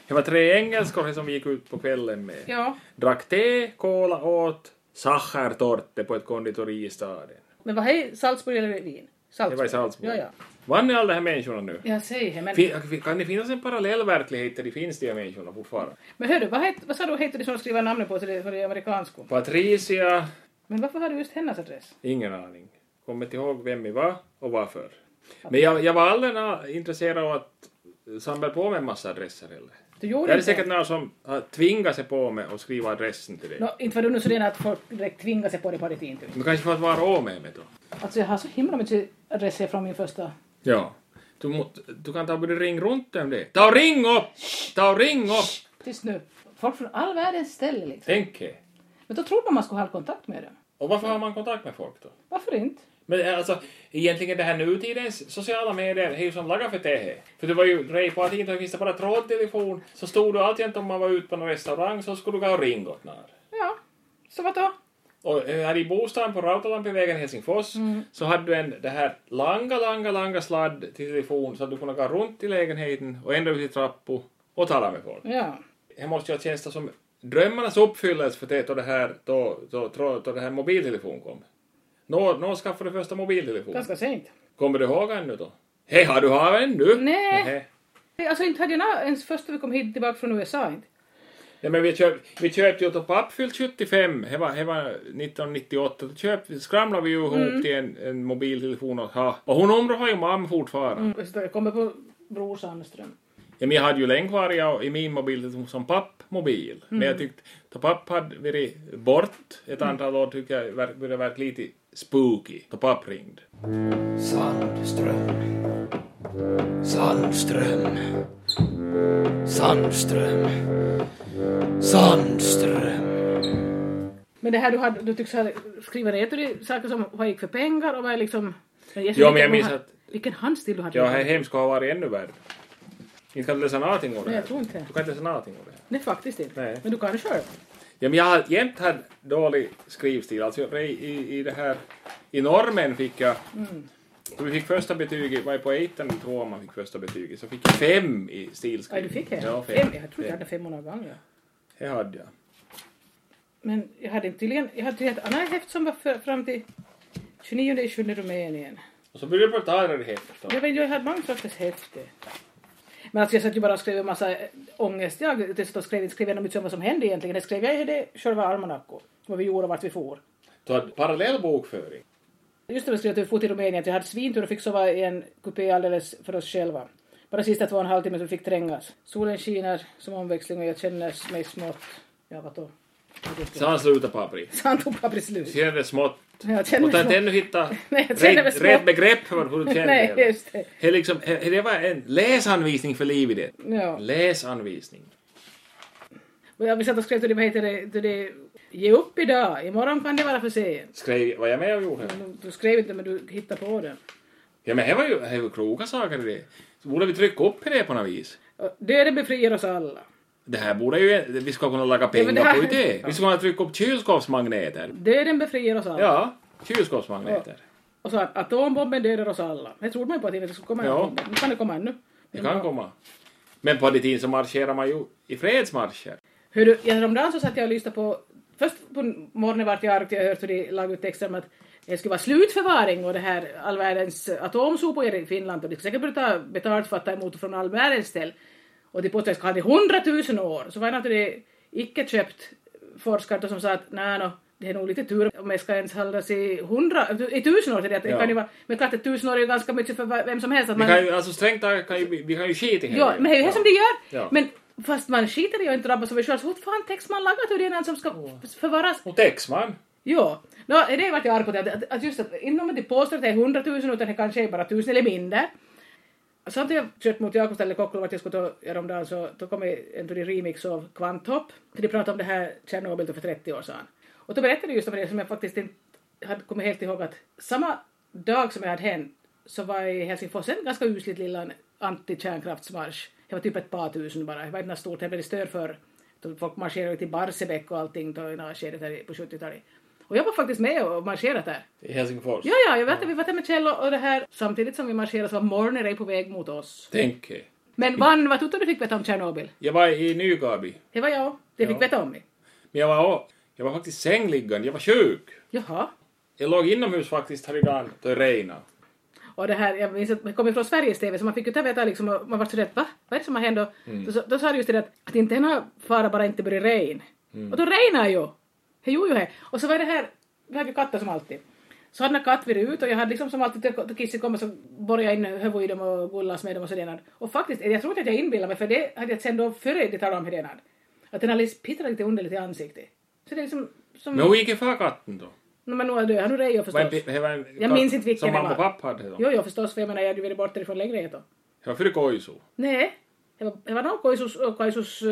S1: Det var tre engelskor som vi gick ut på kvällen med.
S2: Ja.
S1: Drack te, cola, åt sachertorte på ett konditori i staden.
S2: Men vad är Salzburg eller Wien? Salzburg.
S1: Det var i Salzburg.
S2: Ja, ja.
S1: Vann ni alla de här människorna nu?
S2: Jag säger det, men...
S1: Fin- Kan det finnas en parallell verklighet där det finns de här människorna fortfarande?
S2: Men hördu, vad, het, vad sa du heter det som du skriver namnet på till det, för det amerikanska?
S1: Patricia,
S2: Men varför har du just hennes adress?
S1: Ingen aning. Kommer inte ihåg vem vi var och varför. Men jag, jag var aldrig na- intresserad av att samla på mig en massa adresser heller.
S2: Du gjorde
S1: Det är
S2: inte
S1: säkert någon som har tvingat sig på mig att skriva adressen till dig.
S2: Nå, inte var du nu sådär att folk direkt tvingar sig på det på ditt inte.
S1: Men kanske för att vara av med mig då.
S2: Alltså jag har så himla mycket adresser från min första...
S1: Ja. Du, må, du kan ta både ring runt om det. Ta och ring upp! Ta och ring upp!
S2: Tyst nu. Folk från all världens ställe liksom.
S1: Tänk er.
S2: Men då trodde man man skulle ha kontakt med dem.
S1: Och varför har man kontakt med folk då?
S2: Varför inte?
S1: Men alltså, egentligen det här nutidens sociala medier är ju som lagat för det För det var ju rej på att inte finns det bara trådtelefon så stod du alltid om man var ute på någon restaurang så skulle du gå och ringa åt någon.
S2: Ja. Så vad då?
S1: Och eh, här i bostaden på Rautalampivägen i Helsingfors så hade du en det här langa, langa, langa sladd till telefon så att du kunde gå runt i lägenheten och ända ut i trappor och tala med folk.
S2: Ja.
S1: Det måste ju ha känts som drömmarnas uppfyllelse för det då det här, då, då, då, då det här mobiltelefon kom. Nå, nå skaffade första mobiltelefon.
S2: Ganska sent.
S1: Kommer du ihåg ännu då? Hej, har du haft ännu?
S2: Nej.
S1: Nähä.
S2: Alltså inte hade jag nå- ens först när vi kom hit tillbaka från USA inte.
S1: Nej, men vi, köp, vi köpte ju då pappfyllt 75, det var, det var 1998, då köp, skramlade vi ju ihop
S2: Mm.
S1: till en, en mobiltelefon och ha. Och hon undrar har ju mamma fortfarande.
S2: Mm. Så jag kommer på Bror Sandström.
S1: Ja, men jag hade ju länge varit jag i min mobiltelefon som pappmobil. Men
S2: Mm.
S1: jag tyckte, då papp hade varit bort ett antal år tycker jag verk- började verka lite spooky, då papp ringde.
S4: Sandström. Sandström. Sandström. Sandström.
S2: Men det här du, hade, du tycks ha skrivit ner till dig saker som vad gick för pengar och vad är liksom... Men Jesus,
S1: Ja, men
S2: vilken
S1: jag minns
S2: han-
S1: att-
S2: Vilken handstil du hade.
S1: Ja, här hemskt har varit ännu värre. Inte kan du läsa någonting om det
S2: Nej,
S1: här.
S2: jag tror inte.
S1: Du kan inte läsa någonting om det här.
S2: Nej, faktiskt inte.
S1: Nej.
S2: Men du kan det själv.
S1: Ja, men jag har jämt haft dålig skrivstil. Alltså, jag- i, i, i det här... I normen fick jag...
S2: Mm.
S1: Då vi fick första betyget, var jag på ettan eller tvåan man fick första betyget, så fick jag fem i
S2: Ja,
S1: stilskrivning.
S2: du fick det?
S1: Ja, fem.
S2: fem. Jag trodde jag hade fem månader gång, ja.
S1: Det hade jag.
S2: Men jag hade inte tydligen... Jag hade tydligen ett annat häft som var för, fram till 29 juli Rumänien.
S1: Och så började jag prata det helt då.
S2: Jag vet inte, jag hade många sorters häfte. Men alltså jag satt ju bara och skrev en massa äh, ångest. Jag dessutom skrev inte skrev jag något om vad som hände egentligen. Det skrev jag i det själva almanackan. Vad vi gjorde och vart vi for.
S1: Du hade parallell bokföring.
S2: Just det, jag skrev att vi for till Rumänien. att Jag hade svintur och fick sova i en kupé alldeles för oss själva. Bara sista två och en halv timme så vi fick trängas. Solen skiner som omväxling och jag känner mig smått... Ja, vad då?
S1: Så han slutade på april.
S2: Så han tog papper slut.
S1: Känner det smått.
S2: <laughs> Jag
S1: Och
S2: känner
S1: inte
S2: mig
S1: ännu hitta
S2: <laughs> Nej, jag känner mig
S1: rätt,
S2: smått.
S1: rätt begrepp för hur du känner
S2: Nej,
S1: dig.
S2: just det.
S1: Det, är liksom, det det var en läsanvisning för livet det.
S2: Ja.
S1: Läsanvisning.
S2: Och jag, vi satt och skrev till det, vad heter det, till det, ge upp idag, imorgon kan det vara för sent.
S1: Skrev, var jag med och gjorde? det?
S2: Du, du skrev inte men du hittade på den.
S1: Ja men det var ju, det var ju kloka saker i det. Så borde vi trycka upp det på något vis.
S2: Och Döden befriar oss alla.
S1: Det här borde ju, vi ska kunna laga
S2: Ja,
S1: pengar
S2: men det här-
S1: på det. Vi ska kunna trycka upp kylskåpsmagneter.
S2: Döden befriar oss alla.
S1: Ja, kylskåpsmagneter.
S2: Och så att atombomben dödar oss alla. Det trodde man ju på att det inte skulle komma en
S1: Ja.
S2: bomb. Nu kan det komma ännu.
S1: Det kan komma. Men på den tiden så marscherar man ju i fredsmarscher.
S2: Hör du, jag- häromdagen så satt jag och lyssnade på... Först på morgonen vart jag arg jag hört hur de lagade ut texter om att det skulle vara slutförvaring och det här all världens atomsopor i Finland och de skulle säkert börja ta betalt för att ta emot från all världens ställ. Och de påstod att det skulle ha det hundratusen år. Så var det något av de icke köpt forskare då som sa att nej nå, det är nog lite tur om det ska ens hållas i hundra, i tusen år till det. Att det
S1: Ja.
S2: kan ju vara, men klart att tusen år är ju ganska mycket för vem som helst. Att
S1: Vi
S2: man-
S1: kan ju, alltså strängt taget kan ju, vi kan ju skita i
S2: Ja, men det är ju det som det gör.
S1: Eh, Ja.
S2: Men fast man skiter i att inte drabbas av det själv, så hur fan text man lagat ur det är någon som ska förvaras?
S1: Och Texman.
S2: Ja, no, det vart jag arg på det, att, att just att inte om de påstår att det är hundratusen utan det kanske är bara tusen eller mindre. Samtidigt jag kört mot Jakobstad eller Kokkola vart jag skulle ta häromdagen så då kom en till remix av Kvanthopp. De pratade om det här Tjernobyl då för 30 år sedan. Och då berättade jag just om det som jag faktiskt inte hade kommit helt ihåg att samma dag som det hade hänt så var i Helsingfors en ganska usligt lilla anti-kärnkraftsmarsch. Det var typ ett par tusen bara, det var inte något stort, det blev det stör för då folk marscherade till Barsebäck och allting då i det här skedet här på 70-talet. Och jag var faktiskt med och marscherade där.
S1: I Helsingfors.
S2: Ja, ja, jag vet att vi var där med Kjell och och det här samtidigt som vi marscherade så var Morneray på väg mot oss.
S1: Tänk er.
S2: Men vann, vad tutan du fick veta om Tjernobyl?
S1: Jag var i Nykarby.
S2: Det var jag. Det fick
S1: Ja.
S2: veta om mig.
S1: Men jag var, jag var faktiskt sängliggande. Jag var sjuk.
S2: Jaha.
S1: Jag låg inomhus faktiskt här idag då det regnade.
S2: Och det här, jag minns att man kom ju från Sveriges TV så man fick ju ta veta liksom, och man var så rädd, va? Vad är det som har hänt? Och
S1: Mm.
S2: Då, sa- då sa du just det där att, att inte en har fara bara inte börjar regn.
S1: Mm.
S2: Och då regnar ju! Det gjorde ju det. Och så var det här, vi hade ju katter som alltid. Så hade jag kattvirit ut och jag hade liksom som alltid, då kisset kom så borrade jag in huvudet i dem och gullas med dem och sådär. Och faktiskt, jag tror inte att jag inbillade mig för det hade jag sen då före det talade om det Att den hade liksom pittrat lite underligt i ansiktet. Så det är liksom som...
S1: Men hon gick ifrån katten då.
S2: No, men nu är det, han är ju
S1: Var
S2: förstås.
S1: en, pi- det var en
S2: Jag
S1: katt
S2: minns inte vilken
S1: Som
S2: det
S1: mamma och
S2: var.
S1: pappa hade då.
S2: Jo, jo förstås, för jag menar jag hade ju varit borta ifrån längre ett tag.
S1: Det var före Koisu.
S2: Nej, det var, det var nog Koisus, Koisus uh,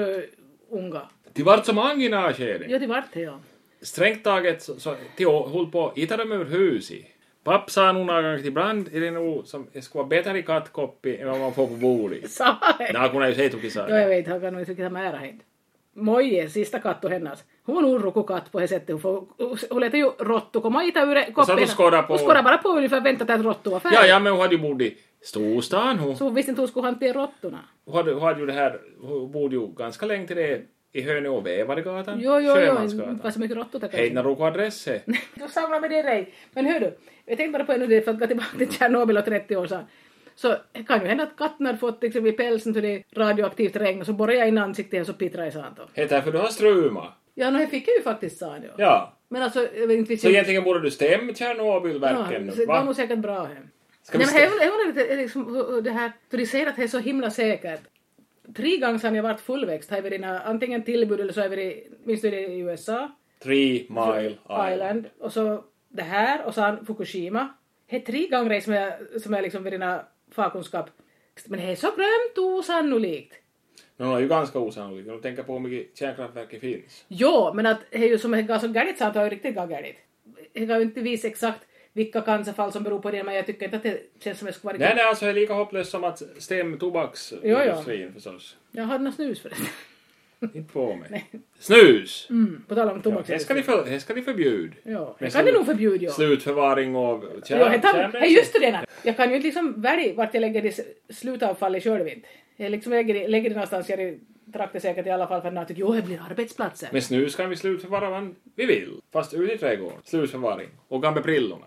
S2: unga.
S1: Det vart som angina skedet.
S2: Jo, det var det ja.
S1: Strängt taget så, så de höll på att hitta dem ur huset. Papp sa nog någon gång att ibland är det nog som det skulle vara bättre i kattkoppi än vad man får på bordet.
S2: Samma här.
S1: Nå, kunde jag ju säga tokiga
S2: Jo, jag
S1: saker.
S2: vet, han kan nog inte riktigt ha med ära hit. Moje, sista kattu hennes. Hon var nog rokokatt på det sättet. Hon, får, hon lät ju råttu komma hit ur koppen.
S1: satt och skådade på-
S2: Hon skådade bara på ungefär väntat att råttu var färdig.
S1: Ja, ja, men hon hade ju bott i storstan hon.
S2: Så hon visste inte hur hon skulle hantera råttorna.
S1: Hon hade, hon hade ju det här, hon bodde ju ganska länge till det i Hönö och Vävaregatan.
S2: Jo, jo, jo.
S1: Sjömansgatan.
S2: Det var så mycket råttor där kanske.
S1: Heidna råkade
S2: <laughs>
S1: adresser.
S2: Du samlar med det dig. Men hör du, jag tänkte bara på en idé för att gå tillbaka till Tjernobyl och 30 år sedan. Så det kan ju hända att katten hade fått liksom, i pälsen så det är radioaktivt regn och så borrade jag in ansiktet och så pittrade jag sand. då.
S1: Heter för du har struma.
S2: Ja, no, det fick jag ju faktiskt sand. Ja.
S1: Ja.
S2: Men alltså, jag vet inte
S1: Så egentligen borde du stämma Tjernobylverken
S2: ja, så
S1: nu,
S2: det var
S1: va?
S2: nog säkert bra hem.
S1: Ska vi
S2: Nej, men
S1: stä-
S2: jag undrar lite liksom, hur- hur det här, för de säger att det är så himla säkert. Tre gånger har jag varit fullväxt, har jag varit i nå- antingen tillbud eller så har jag varit, i- minns du det i USA?
S1: Three Mile
S2: Island.
S1: Island.
S2: och så det här och sen Fukushima. Det är tre gånger som jag, som jag liksom vid dina fagkunskap. Men det är så grömt osannolikt.
S1: Nu är ju ganska osannolikt. Jag tänker på hur mycket kärnkraftverk det finns.
S2: Jo, men att det är ju som det gav som galet sant har ju riktigt gav galet. Jag kan ju inte visa exakt vilka cancerfall som beror på det, men jag tycker inte att det känns som det skulle vara
S1: Nej, nej, alltså det är lika hopplöst som att stämma tobaksindustrin förstås.
S2: Jag hade något snus förresten.
S1: Inte på mig. Snus!
S2: Mm, på tal om
S1: Ja,
S2: tobak.
S1: det ska ni för- det ska ni förbjuda.
S2: Ja, det
S1: Men
S2: kan det
S1: slut-
S2: nog förbjuda. Ja.
S1: Slutförvaring av
S2: Jo, det tar-
S1: kärnbränsle.
S2: hej, just det! Lena. Jag kan ju inte liksom välja vart jag lägger det s- slutavfallet själv inte. Jag liksom lägger, det- lägger det någonstans, jag det traktar säkert i alla fall för att jag tycker jo, det blir arbetsplatser.
S1: Men snus kan vi slutförvara vad vi vill. Fast ute i trädgården. Slutförvaring. Och gamla prillorna.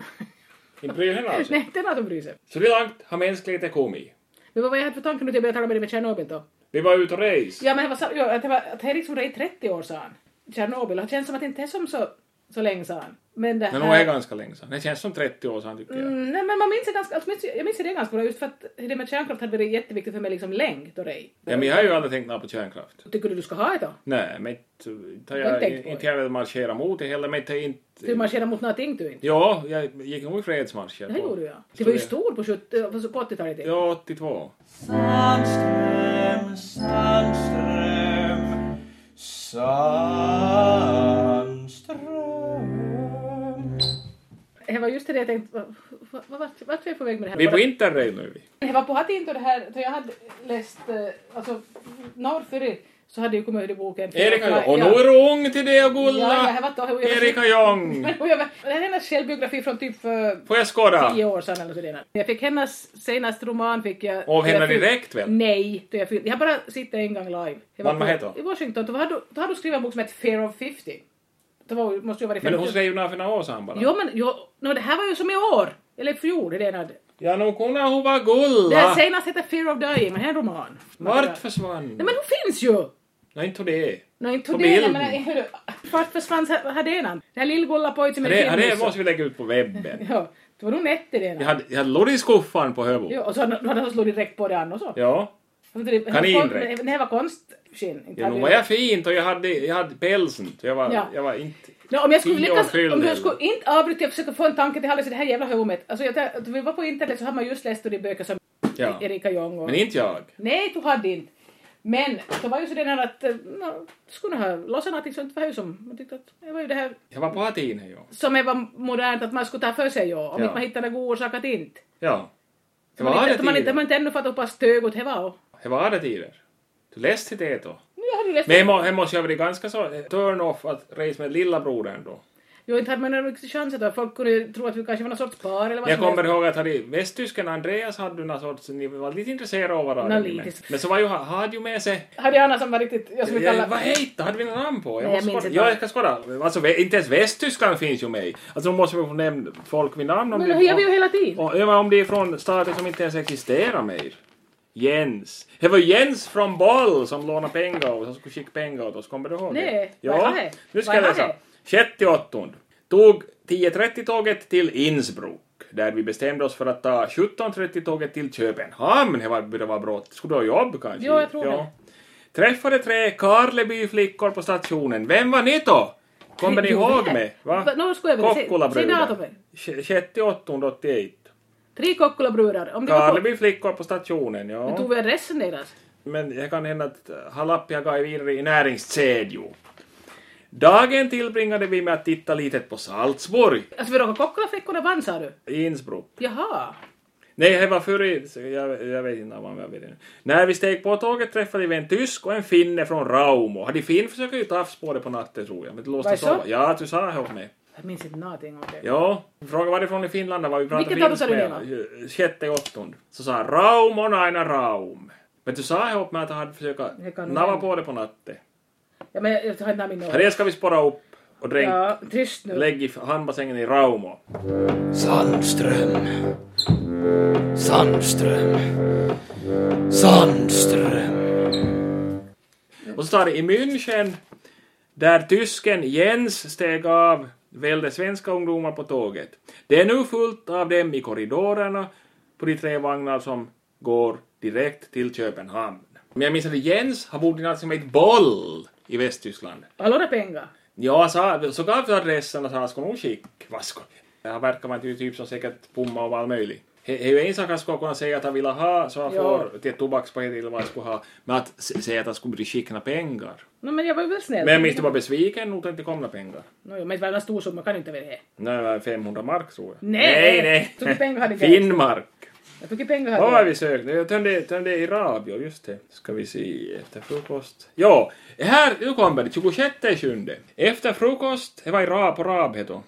S1: Inte bryr henne alltså.
S2: <laughs> Nej, inte något att bry sig om.
S1: Så det långt har mänskligheten kommit.
S2: Men vad var jag hade för tanke nu till jag började tala med dig med Tjernobyl då?
S1: Vi var ute och rejs.
S2: Ja, men det var, sa- ja, att det var att det är liksom det är 30 år sedan. Tjernobyl, och det känns som att det inte är som så Så länge sedan. Men det
S1: Men nog är ganska länge sedan. Det känns som 30 år sedan tycker jag.
S2: Mm, nej men man minns det ganska, alltså, minns, jag minns det ganska bra just för att det med kärnkraft hade varit jätteviktigt för mig liksom länge då rej.
S1: Ja, men jag har ju aldrig tänkt något på kärnkraft.
S2: Tycker du du ska ha det då?
S1: Nej, men inte- inte har
S2: Du har
S1: jag,
S2: inte tänkt på
S1: inte
S2: det?
S1: jag vill marschera mot det heller, men inte... inte
S2: Du marscherar mot någonting du inte.
S1: Ja, jag gick nog i fredsmarscher.
S2: Det här
S1: på-
S2: gjorde jag. Det var ju
S1: Så-
S2: stor på, 70 på 80-talet. det.
S1: Ja, 82.
S3: Sandström, Sandström, Sandström.
S2: Det var just det jag tänkte, va- va- va- vart vart är jag på väg med det här?
S1: Vi är på Interrail nu. är vi.
S2: Det var på hatin då det här, då jag hade läst, eh, alltså, norr förr så hade jag kommit ut i boken.
S1: Erika, och
S2: Ja.
S1: nu är du ung till det och
S2: Ja, ja,
S1: gulla.
S2: det var då. jag var-
S1: Erika Jong.
S2: Men <laughs> jag var- Det här är hennes självbiografi från typ för
S1: Får jag skåda?
S2: tio år sedan eller sådär. Jag fick hennes senaste roman fick jag...
S1: Av henne
S2: jag fick-
S1: direkt väl?
S2: Nej, då jag, fyll- jag har bara sett en gång live. Jag
S1: Vad- vad
S2: på-
S1: heter hon?
S2: I Washington. Då hade, då hade du skrivit en bok som hette Fear of 50. Det var, ju- måste ju ha varit
S1: Men
S2: 50.
S1: hon skrev ju några för några år sedan bara.
S2: Jo men jo, no, det här var ju som i år. Eller i fjol. Det, är den här.
S1: Ja, nog kunde hon vara
S2: det här
S1: gulla.
S2: senaste heter Fear of Dying, men det är en roman.
S1: Vart försvann?
S2: Nej men hon finns ju!
S1: Nej, inte det.
S2: Nej inte
S1: På
S2: det,
S1: bild.
S2: men hörru. Vart försvann Hadenan? Det här lillgollapojken med
S1: Det, ja, det
S2: filmmussa.
S1: måste vi lägga ut på
S2: <laughs>
S1: webben.
S2: Ja, det var nog nätt i det.
S1: Jag
S2: där.
S1: hade, jag hade låg i skuffan på Höbo.
S2: Ja, och så hade han- hade han slagit direkt på det annars så.
S1: Ja.
S2: Men det- det-
S1: Kanindräkt.
S2: Det det här var konstskinn. inte
S1: Ja,
S2: hade
S1: nu
S2: vi-
S1: var jag fint och jag hade, jag hade pälsen. Jag var,
S2: Ja.
S1: jag var inte...
S2: Nej, om jag skulle
S1: tio år
S2: lyckas,
S1: fylld
S2: om
S1: eller-
S2: jag skulle inte avbryta och försöka få en tanke till alldeles i det här jävla huvudet. Alltså jag, tar- då vi var på internet så har man just läst de böcker som
S1: Ja.
S2: Erika Jong och...
S1: Men inte jag.
S2: Nej, du hade inte. Men det var ju så den här att, eh, nå, skulle ha lossat någonting sånt var ju som, man tyckte att det var ju det här
S1: Jag var på Atina, ja.
S2: som är var modernt att man skulle ta för sig ju, om
S1: Ja.
S2: inte man hittade god orsak att inte.
S1: Ja. Det
S2: Man
S1: var
S2: inte,
S1: det
S2: att man inte, man
S1: tider.
S2: inte ännu fattat hur pass tögot det var. och-
S1: Det var det tider. Du läste det då?
S2: Nu har du läst
S1: Men hemma, hemma måste jag bli ganska så eh, turn off att resa med lilla brodern då.
S2: Jo, inte hade man någon riktig chans att folk kunde ju tro att vi kanske var någon sorts par eller vad
S1: Jag
S2: som
S1: kommer
S2: helst.
S1: ihåg att hade västtysken Andreas hade du någon sorts, ni var lite intresserade av varandra.
S2: Nå,
S1: ni med.
S2: lite.
S1: Men så var ju, ha- hade ju med sig,
S2: Hade jag Anna som var riktigt, jag skulle
S1: jag,
S2: kalla...
S1: vad hette, hade vi något namn på?
S2: Nej, jag
S1: måste
S2: minns
S1: kolla.
S2: inte.
S1: ja, jag ska skåda. Alltså vä- inte ens Västtyskan finns ju med. Alltså då måste vi få nämna folk vid namn.
S2: Men
S1: de-
S2: det gör vi ju hela tiden.
S1: Och även om det är från stater som inte ens existerar mer. Jens. Det var Jens från Boll som lånade pengar och som skulle skicka pengar åt oss. Kommer du ihåg
S2: Nej,
S1: det?
S2: vad
S1: Ja.
S2: är det?
S1: Nu ska
S2: Vad
S1: jag
S2: är
S1: läsa.
S2: det?
S1: 68. Tog 10.30-tåget till Innsbruck. Där vi bestämde oss för att ta 17.30-tåget till Köpenhamn. Det var, det var brått. Skulle du ha jobb kanske?
S2: Jo, jag tror
S1: Träffade tre Karleby-flickor på stationen. Vem var ni då? Kommer ni
S2: Jo,
S1: ihåg
S2: det.
S1: mig?
S2: Va, nå skulle jag vilja se- se
S1: Kokkolabruden.
S2: datumet.
S1: 68.88.
S2: Tre Kokkolabrudar. Om det var på...
S1: Karleby flickor på stationen,
S2: Men
S1: ja.
S2: tog vi adressen deras?
S1: Men det kan hända att Halappia går vidare i näringskedjor. Dagen tillbringade vi med att titta lite på Salzburg
S2: Alltså vi råkade Kokkolafläckorna vann sa du?
S1: i Innsbruck.
S2: Jaha.
S1: Nej, det var förr i... så Jag, jag vet inte vad jag vet inte. När vi steg på tåget träffade vi en tysk och en finne från Raumo. Hade Finn försöker ju tafs på det på natten tror jag, men det låste
S2: Vad så?
S1: sova. Ja, du sa det åt mig.
S2: Jag minns inte någonting om det.
S1: Ja, fråga varifrån i Finland var vi pratade eh,
S2: Vilket datum sa du
S1: Sjätte i åttonde. Så sa han Raum on aina Raum. Men du sa ihop med att han hade försökt
S2: Det kan nog
S1: nava
S2: hända.
S1: på det på natten.
S2: Ja, men jag, jag har inte namn
S1: Här
S2: inne.
S1: det ska vi spåra upp och dränk.
S2: Ja, tyst nu.
S1: Lägg i handbassängen i Raumo.
S5: Sandström. Sandström. Sandström.
S1: Och så står det i München, där tysken Jens steg av, välde svenska ungdomar på tåget. Det är nu fullt av dem i korridorerna på de tre vagnar som går direkt till Köpenhamn. Men jag minns att Jens har bott i något som heter Boll i Västtyskland.
S2: Han lånade pengar.
S1: Ja, så, så gav vi adressen och sa ska nog skicka. Vad ska Han verkar vara en typ som säkert pumma om all möjlig. Det är ju en sak han skulle kunna säga att han ville ha, så han
S2: Ja.
S1: får till ett tobakspaket eller vad han skulle ha. Men att s- säga att han skulle bli skickna pengar.
S2: No, men jag var ju väl snäll.
S1: Men jag minns du var besviken nog det inte kom några pengar.
S2: No, men det var en stor summa, kan inte vara det.
S1: Nej, det var 500 mark tror jag.
S2: Nej!
S1: nej!
S2: Så mycket pengar hade
S1: <laughs> nej.
S2: jag.
S1: Finnmark!
S2: Jag fick ju pengar
S1: Vad har
S2: här.
S1: vi sökt? Jag tömde, tömde i radio, just det. Ska vi se, efter frukost. Ja, här, nu kommer det, 26 sjunde. Efter frukost, det var i Ra på Rab heter det.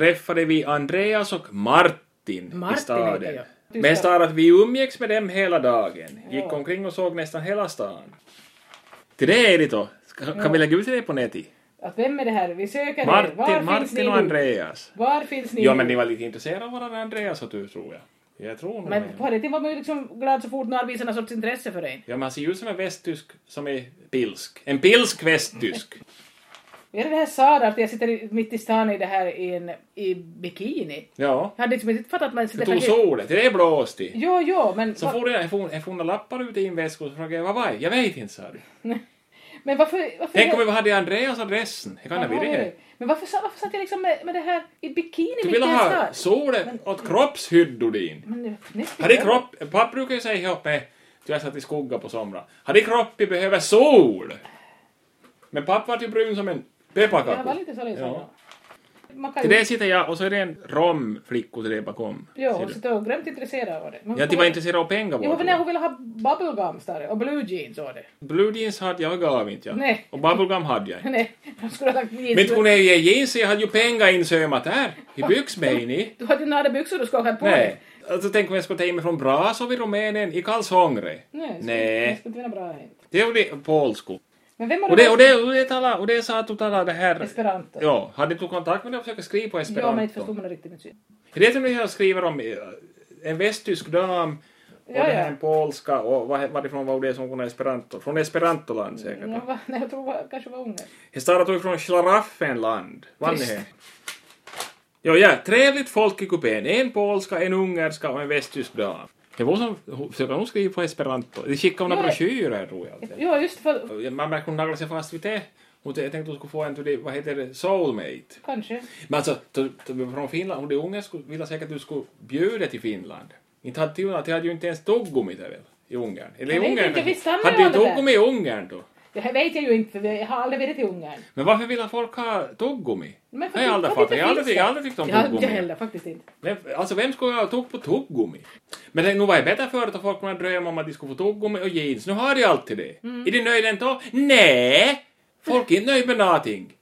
S1: träffade vi Andreas och Martin,
S2: Martin
S1: i
S2: heter
S1: staden.
S2: jag. Du
S1: Men
S2: ska-
S1: står att vi umgicks med dem hela dagen. Gick
S2: Ja.
S1: omkring och såg nästan hela stan. Till det är det då. Ska, kan vi lägga ut det på nätet?
S2: Att vem är det här? Vi söker er. Var
S1: Martin,
S2: finns
S1: Martin
S2: ni
S1: och
S2: nu?
S1: Andreas.
S2: Var finns ni
S1: Ja,
S2: nu?
S1: men ni var lite intresserade av varandra, Andreas och du, tror jag. Jag tror nog
S2: Men
S1: det.
S2: på det var man ju liksom glad så fort någon visade någon sorts intresse för en.
S1: Ja, man ser ju ut som en västtysk som är pilsk. En pilsk västtysk.
S2: Vi hade det här Sadart, jag sitter i- mitt i stan i det här i, en, i bikini.
S1: Ja.
S2: Jag hade liksom inte fattat att man
S1: Det
S2: sitter
S1: tog solen, det är blåst i.
S2: Jo, jo, men,
S1: Så
S2: va-
S1: for jag, jag for- jag funna lappar ute i en väska och så frågade jag vad var det? Jag vet inte, sa du.
S2: men varför... varför
S1: Tänk om vi hade Andreas adressen. Jag kan
S2: Ja,
S1: ha vid det.
S2: Men varför, sa- varför satt jag liksom med, med det här i bikini
S1: Du
S2: mitt i
S1: ville
S2: en
S1: ha
S2: stad?
S1: solen åt kroppshyddor din.
S2: Men det- nästan-
S1: Har din kropp... Pappa brukar ju säga åt mig, då jag satt i skugga på somra. Har din kropp behöver sol? Men pappa var ju brun som en
S2: Jag var
S1: pepparkaka.
S2: lite så liksom.
S1: Ja.
S2: Man kan
S1: Till
S2: ju...
S1: det sitter jag och så är det en romflicka till det bakom.
S2: Jo,
S1: Ser
S2: hon
S1: du?
S2: sitter och glömt intresserad av det. Men
S1: Jag inte var intresserad av pengar
S2: Jo,
S1: bara.
S2: men
S1: tror
S2: när
S1: jag.
S2: hon ville ha bubblegum stod det, och blue jeans och det. <laughs>
S1: Blue jeans hade jag gav inte jag.
S2: Nej.
S1: Och bubblegum
S2: <laughs>
S1: hade jag inte.
S2: Nej, de skulle ha lagt jeans.
S1: Men kunde jag ge jeans, jag hade ju pengar insömat där. I
S2: <laughs>
S1: byxbeni.
S2: Du hade ju några byxor du skulle ha på dig.
S1: Nej. Alltså tänk om jag skulle ta in mig från Brasov i Rumänien i kalsonger.
S2: Nej. det skulle- Det
S1: Nej.
S2: skulle inte vara bra hänt.
S1: Det är ju polsku.
S2: Men vem var
S1: Och det, och det, och det talar, och det sa att du talar det här...
S2: Esperanto.
S1: Ja, hade du kontakt med dig och försökte skriva på esperanto?
S2: Ja, men inte förstod man riktigt mitt syn.
S1: Det är som ni skriver om eh, en västtysk dam och
S2: Ja,
S1: det här
S2: ja.
S1: en polska och var- varifrån var det som kunde esperanto? Från esperantoland säkert.
S2: Jag var- Nej, jag tror var- kanske var unger.
S1: Det står att hon är från Schlaraffenland. Vad är det? Jo, ja, trevligt folk i kupén. En polska, en ungerska och en västtysk dam. Det var som, hon- försöker hon skriva på esperanto? De skickade några
S2: Nej.
S1: broschyrer, tror jag.
S2: Ja, just för...
S1: Ja, Man märker hon naglar sig fast vid det. Hon t- jag tänkte hon skulle få en till det, vad heter det, soulmate.
S2: Kanske.
S1: Men alltså, t- t- från Finland, hon det unga skulle vilja säkert att du skulle bjuda till Finland. Inte hade till, de hade ju inte ens toggummit där väl, i Ungern. Eller i
S2: Jag vet
S1: Ungern.
S2: inte, visst hade
S1: hade
S2: de
S1: ju
S2: det där?
S1: toggummit i Ungern då.
S2: Det här vet jag ju inte, för jag har aldrig varit i Ungern.
S1: Men varför vill folk ha tuggummi?
S2: Men
S1: Men
S2: för-
S1: för jag har aldrig
S2: varför
S1: fattat. Jag har
S2: finns
S1: aldrig, jag har aldrig tyckt om
S2: Jag har inte
S1: tuggummi.
S2: heller faktiskt inte.
S1: Men, alltså vem skulle ha tugg på tuggummi? Men det, nu var det bättre förut att folk kunde drömma om att de skulle få tuggummi och jeans. Nu har de alltid det.
S2: Mm.
S1: Är de nöjda ändå? Nej! Folk är inte nöjda med någonting.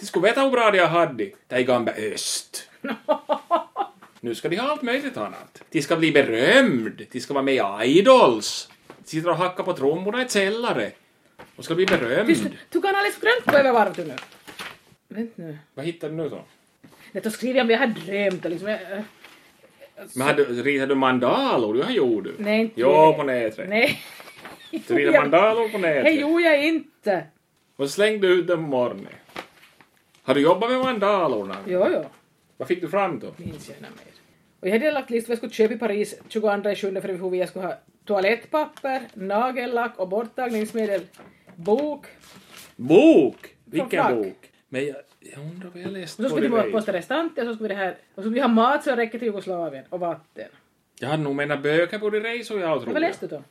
S1: De skulle veta hur bra de hade. Det är gamla öst. Nu ska de ha allt möjligt annat. De ska bli berömd. De ska vara med i Idols. De sitter och hackar på trummorna i ett källare. De ska bli
S2: Tyst,
S1: berömd.
S2: du kan alldeles grönt gå över varvet nu. Vänta nu.
S1: Vad hittar du nu då?
S2: Nej, då skriver jag om jag har drömt och liksom... Jag, äh,
S1: Men hade, ritade du mandalor? Det gjorde du.
S2: nej, inte
S1: Jo, på nätet.
S2: Nej.
S1: Du ritade mandalor på nätet.
S2: Det gjorde <laughs> jag inte.
S1: Och E slängde ut dem på morgonen. Har du jobbat med mandalorna?
S2: Jo, jo.
S1: Vad fick du fram då?
S2: Minns jag något mer. Och jag hade lagt list vad jag skulle köpa i Paris 22 juli för hur jag skulle ha toalettpapper, nagellack och borttagningsmedel, bok.
S1: Bok! Vilken
S2: frack.
S1: bok? Men jag, jag undrar vad jag
S2: Och
S1: läste
S2: så
S1: på
S2: skulle
S1: det
S2: vi ha
S1: där.
S2: posta restanter och så skulle vi det här... Och så skulle vi ha mat så det räcker till Jugoslavien och vatten.
S1: Jag hade nog menat böcker på det resor jag tror
S2: Vad läste du då?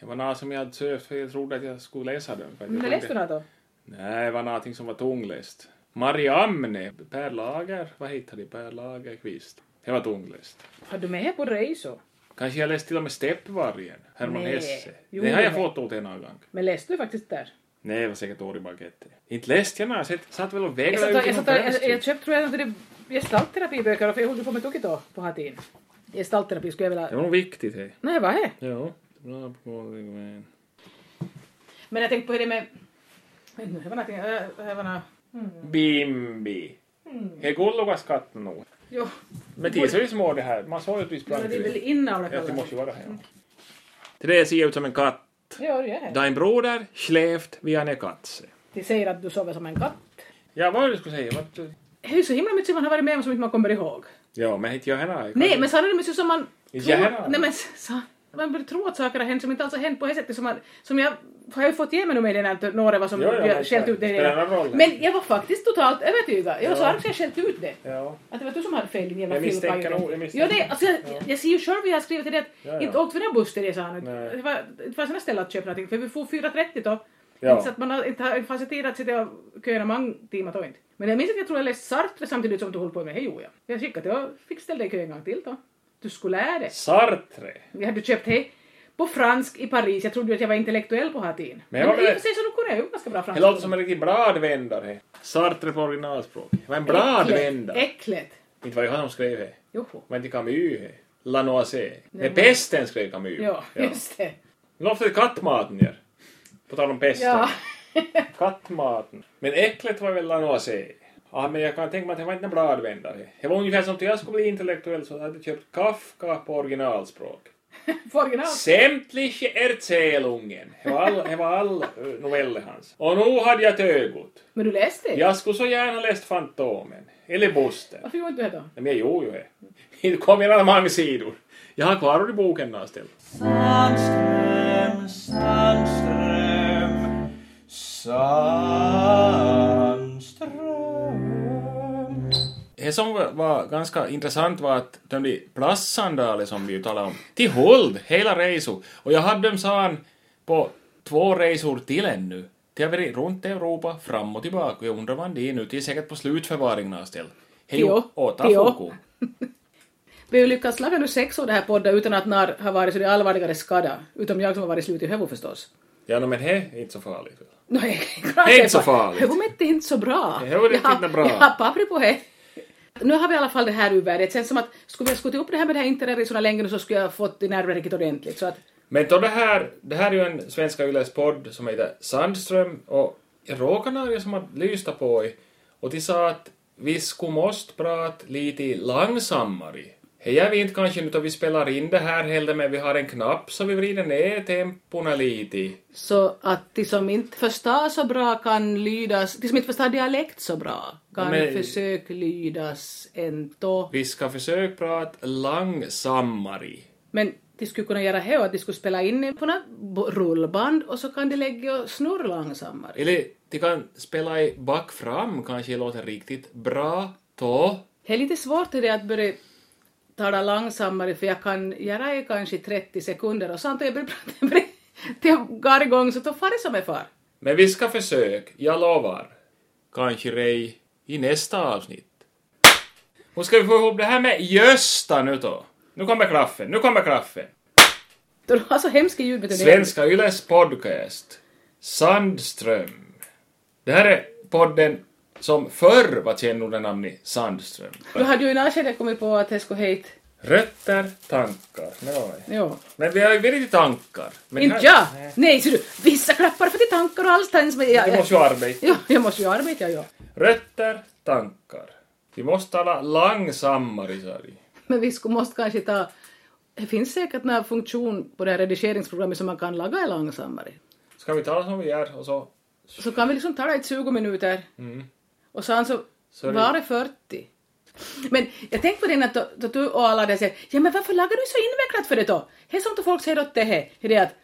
S1: Det var något som jag hade sökt för jag trodde att jag skulle läsa dem. För att jag
S2: Vad
S1: trodde-
S2: läste du något då?
S1: Nej, det var någonting som var tungläst. Mariamne, Per Lager, vad heter det? Per Lagerqvist. Det var tungläst.
S2: Har du med på resor?
S1: Kanske jag läste till och med Steppvargen, Herman
S2: Nej.
S1: Hesse.
S2: Jo,
S1: det har jag
S2: men-
S1: fått åt en gång.
S2: Men läste du faktiskt där?
S1: Nej, det var säkert år i baguette. Inte läste jag något, jag satt- satt väl och
S2: Jag,
S1: väglade
S2: satt, jag,
S1: utifrån
S2: satt, jag, jag
S1: fönstret.
S2: köpte tror jag inte det- gestaltterapiböcker för jag höll på med tokigt då på hatin. Gestaltterapi skulle jag vilja...
S1: Det var nog viktigt det.
S2: Nej, vad är
S1: Ja. Bra på det, men-
S2: Men jag tänkte på hur det med... Men nu, det var någonting... äh, Det var nå-
S1: Bimbi. Det är gulliga skatten nog.
S2: Jo,
S1: Men tids är ju små det här. Man sa ju att vi sprang
S2: men det är väl
S1: till
S2: inavla
S1: det. Att det
S2: kallar
S1: måste ju vara här. ja. Det ser ut som en katt.
S2: Ja, det är det.
S1: Din broder slävt via en katse.
S2: De säger att du sover som en katt.
S1: Ja, vad var det du skulle säga? Vad-
S2: Det är ju så himla mycket som man har varit med om som inte man kommer ihåg.
S1: Ja, men inte jag heller.
S2: Nej, men sen är det mycket som man...
S1: Gärna.
S2: Nej, men så, man börjar tro att saker har hänt som inte alls har hänt på det sättet som, man, som jag har ju fått ge mig nu med den här några vad som
S1: Jo, jo,
S2: jag
S1: exakt.
S2: skällt ut det.
S1: Spelar någon roll.
S2: Men jag var faktiskt totalt övertygad. Jag var så
S1: Ja.
S2: arg så jag skällt ut det.
S1: Ja.
S2: Att det var du som hade fel din jävla
S1: Jag misstänker
S2: filpajare.
S1: nog, jag
S2: Jo,
S1: misstänker.
S2: det, alltså, jag, jag ser ju själv hur jag har skrivit till det att
S1: Ja, ja.
S2: inte åkt för några bussresor nu.
S1: Nej.
S2: Det var, det var sådana ställen att köpa någonting för vi får 4.30 då.
S1: Ja.
S2: Inte Så att man har, inte har, det fanns ju tid att sitta och köra många timmar då inte. Men jag minns att jag tror jag läste Sartre samtidigt som du höll på med det. Jo, ja. Jag skickade och fick ställa dig i kö en gång till då. Du skulle lära dig.
S1: Sartre.
S2: Jag hade köpt det på fransk i Paris. Jag trodde ju att jag var intellektuell på hatin.
S1: Men
S2: Men,
S1: jag var
S2: i och
S1: väl-
S2: för sig så nog kunde jag ju ganska bra
S1: Det
S2: franska.
S1: låter som en riktig bladvändare. Sartre på originalspråk. Det var en bladvändare.
S2: Äckligt.
S1: Inte var det han som skrev det.
S2: Joho.
S1: Men inte Camus det. Lanoisé. Men pesten skrev Camus.
S2: Ja, just det.
S1: Loftet kattmaten gör. På tal om pesten.
S2: Ja.
S1: Kattmaten. Men äcklet var väl Lanoisé. Ja, men jag kan tänka mig att det var inte en bladvändare. Det var ungefär som att jag skulle bli intellektuell så hade jag köpt Kafka på originalspråk.
S2: <laughs>
S6: På original.
S1: Sämtliche Erzählungen. Det var all, det var all eh, noveller hans. Och nu hade jag tögot.
S6: Men du läste det?
S1: Jag skulle så gärna läst Fantomen. Eller Buster.
S6: Varför gjorde du det då?
S1: Nej, Men jag gjorde ju det. Inte kom jag några många sidor. Jag har kvar det i boken någonstans.
S3: Sandström, Sandström, Sandström.
S1: Det som var- var ganska intressant var att de där plastsandaler som vi ju talade om, till Huld, hela resor. Och jag hade dem san på två resor till ännu. Till jag varit runt Europa, fram och tillbaka. Och Jag undrar vad det är nu, det är säkert på slutförvaringen någonstans. Hej
S2: Jo,
S1: och åt
S2: jo.
S1: Afuku.
S2: Vi har ju lyckats laga nu sex år det här podden utan att narr har varit så det allvarligare skada. Utom jag som har varit slut i huvudet förstås.
S1: Ja, no, men det är inte så farligt.
S2: Nej,
S1: Det är inte så farligt.
S2: Huvudet är inte så bra.
S1: Det huvudet är
S2: Jag har-
S1: inte bra.
S2: Jag har papper på det. Nu har vi i alla fall det här ur världen. Det känns som att skulle vi ha skjutit upp det här med det här interrailresorna länge nu så skulle jag ha fått i nervverket ordentligt. Så att
S1: Men då det här, det här är ju en Svenska Yles podd som heter Sandström och jag råkar några som har lyssnat på i och de sa att vi skulle måste prata lite långsammare. Det gör vi inte kanske nu då vi spelar in det här heller, men vi har en knapp så vi vrider ner tempona lite.
S2: Så att de som inte förstår så bra kan lydas, de som inte förstår dialekt så bra kan
S1: Men-
S2: försök lydas ändå.
S1: Vi ska försöka prata långsammare.
S2: Men de skulle kunna göra det och att de skulle spela in det på några bo- rullband och så kan de lägga och snurra långsammare.
S1: Eller de kan spela i back fram kanske det låter riktigt bra. Då.
S2: Det är lite svårt det att börja tala långsammare för jag kan göra det kanske i 30 sekunder och sånt och jag börjar prata med till jag går igång så då far det som är far.
S1: Men vi ska försöka, jag lovar. Kanske rej i nästa avsnitt. Nu ska vi få ihop det här med Gösta nu då. Nu kommer klaffen, nu kommer klaffen.
S2: Då du har så hemska ljud med det.
S1: Svenska Yles podcast. Sandström. Det här är podden som förr var kännordenamnet Sandström.
S2: Du hade ju i närskede kommit på att det skulle hejt.
S1: Rötter, tankar. No.
S2: Ja.
S1: Men vi har ju väldigt tankar. Men
S2: Inte
S1: här-
S2: jag! Nej, ser du, vissa klappar för till tankar och allt ens med... Jag,
S1: Vi måste ju arbeta.
S2: ja, jag måste ju arbeta, ja.
S1: Rötter, tankar. Vi måste tala långsammare, sa de.
S2: Men vi skulle, måste kanske ta... Det finns säkert någon funktion på det här redigeringsprogrammet som man kan laga i långsammare.
S1: Ska vi tala som vi gör och så
S2: Så kan vi liksom tala i 20 minuter. Och sen så
S1: Sorry.
S2: var det 40. Men jag tänkte på det när då- då du och alla där säger ja men varför lagar du så invecklat för det då? Det är sånt att folk säger åt det här. Det är att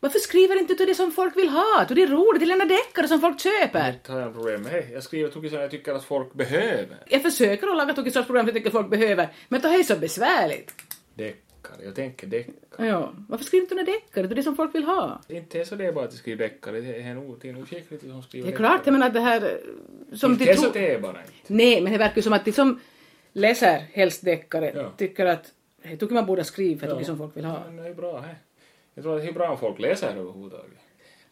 S2: varför skriver inte du det som folk vill ha? Du det är roligt, det är lämnar deckare som folk köper.
S1: Det har jag en problem med. Hej, jag skriver tokigt som jag tycker att folk behöver.
S2: Jag försöker att laga tokig sorts program för jag tycker folk behöver, men det är så besvärligt.
S1: Deckare. Jag tänker deckare.
S2: Ja, varför skriver inte du några deckare? Det är det som folk vill ha.
S1: Inte är så det är bara att de skriver deckare. Det är nog det är nog skickligt som skriver
S2: Det är klart, jag
S1: deckare.
S2: menar det här eh, som
S1: Inte
S2: de
S1: är så
S2: tror...
S1: det är bara inte.
S2: Nej, men det verkar ju som att de som läser helst deckare
S1: Ja.
S2: tycker att det tycker man borde skriva för det är det som folk vill ha.
S1: Men det är bra. He. Jag tror att det är bra om folk läser överhuvudtaget.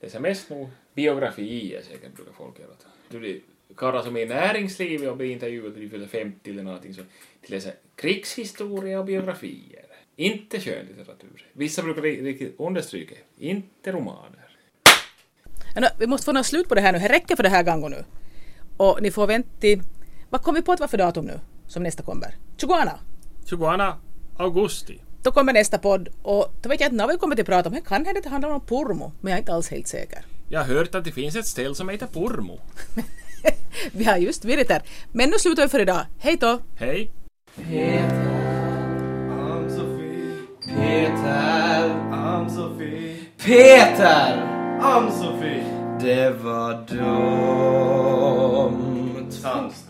S1: Läser mest nog biografier säkert brukar folk göra. Du, det är karlar som är i näringslivet och blir intervjuade när de fyller 50 eller någonting så de läser krigshistoria och biografier. Inte skönlitteratur. Vissa brukar ri- riktigt understryka. Inte romaner.
S2: Ja, nå, vi måste få något slut på det här nu. Det räcker för det här gången nu. Och ni får vänta till... Vad kom vi på att vara för datum nu som nästa kommer? 22.
S1: 22 augusti.
S2: Då kommer nästa podd och då vet jag inte när vi kommer till prata om. Det kan hända att det handlar om Pormo, men jag är inte alls helt säker. <laughs>
S1: Jag har hört att det finns ett ställe som heter Pormo.
S2: Vi har just varit där. Men nu slutar vi för idag. Hej då!
S1: Hej!
S4: I'm Sophie.
S3: Peter,
S4: I'm Sophie.
S3: Peter,
S4: I'm Sophie.
S3: det var dumt.
S4: Sandström.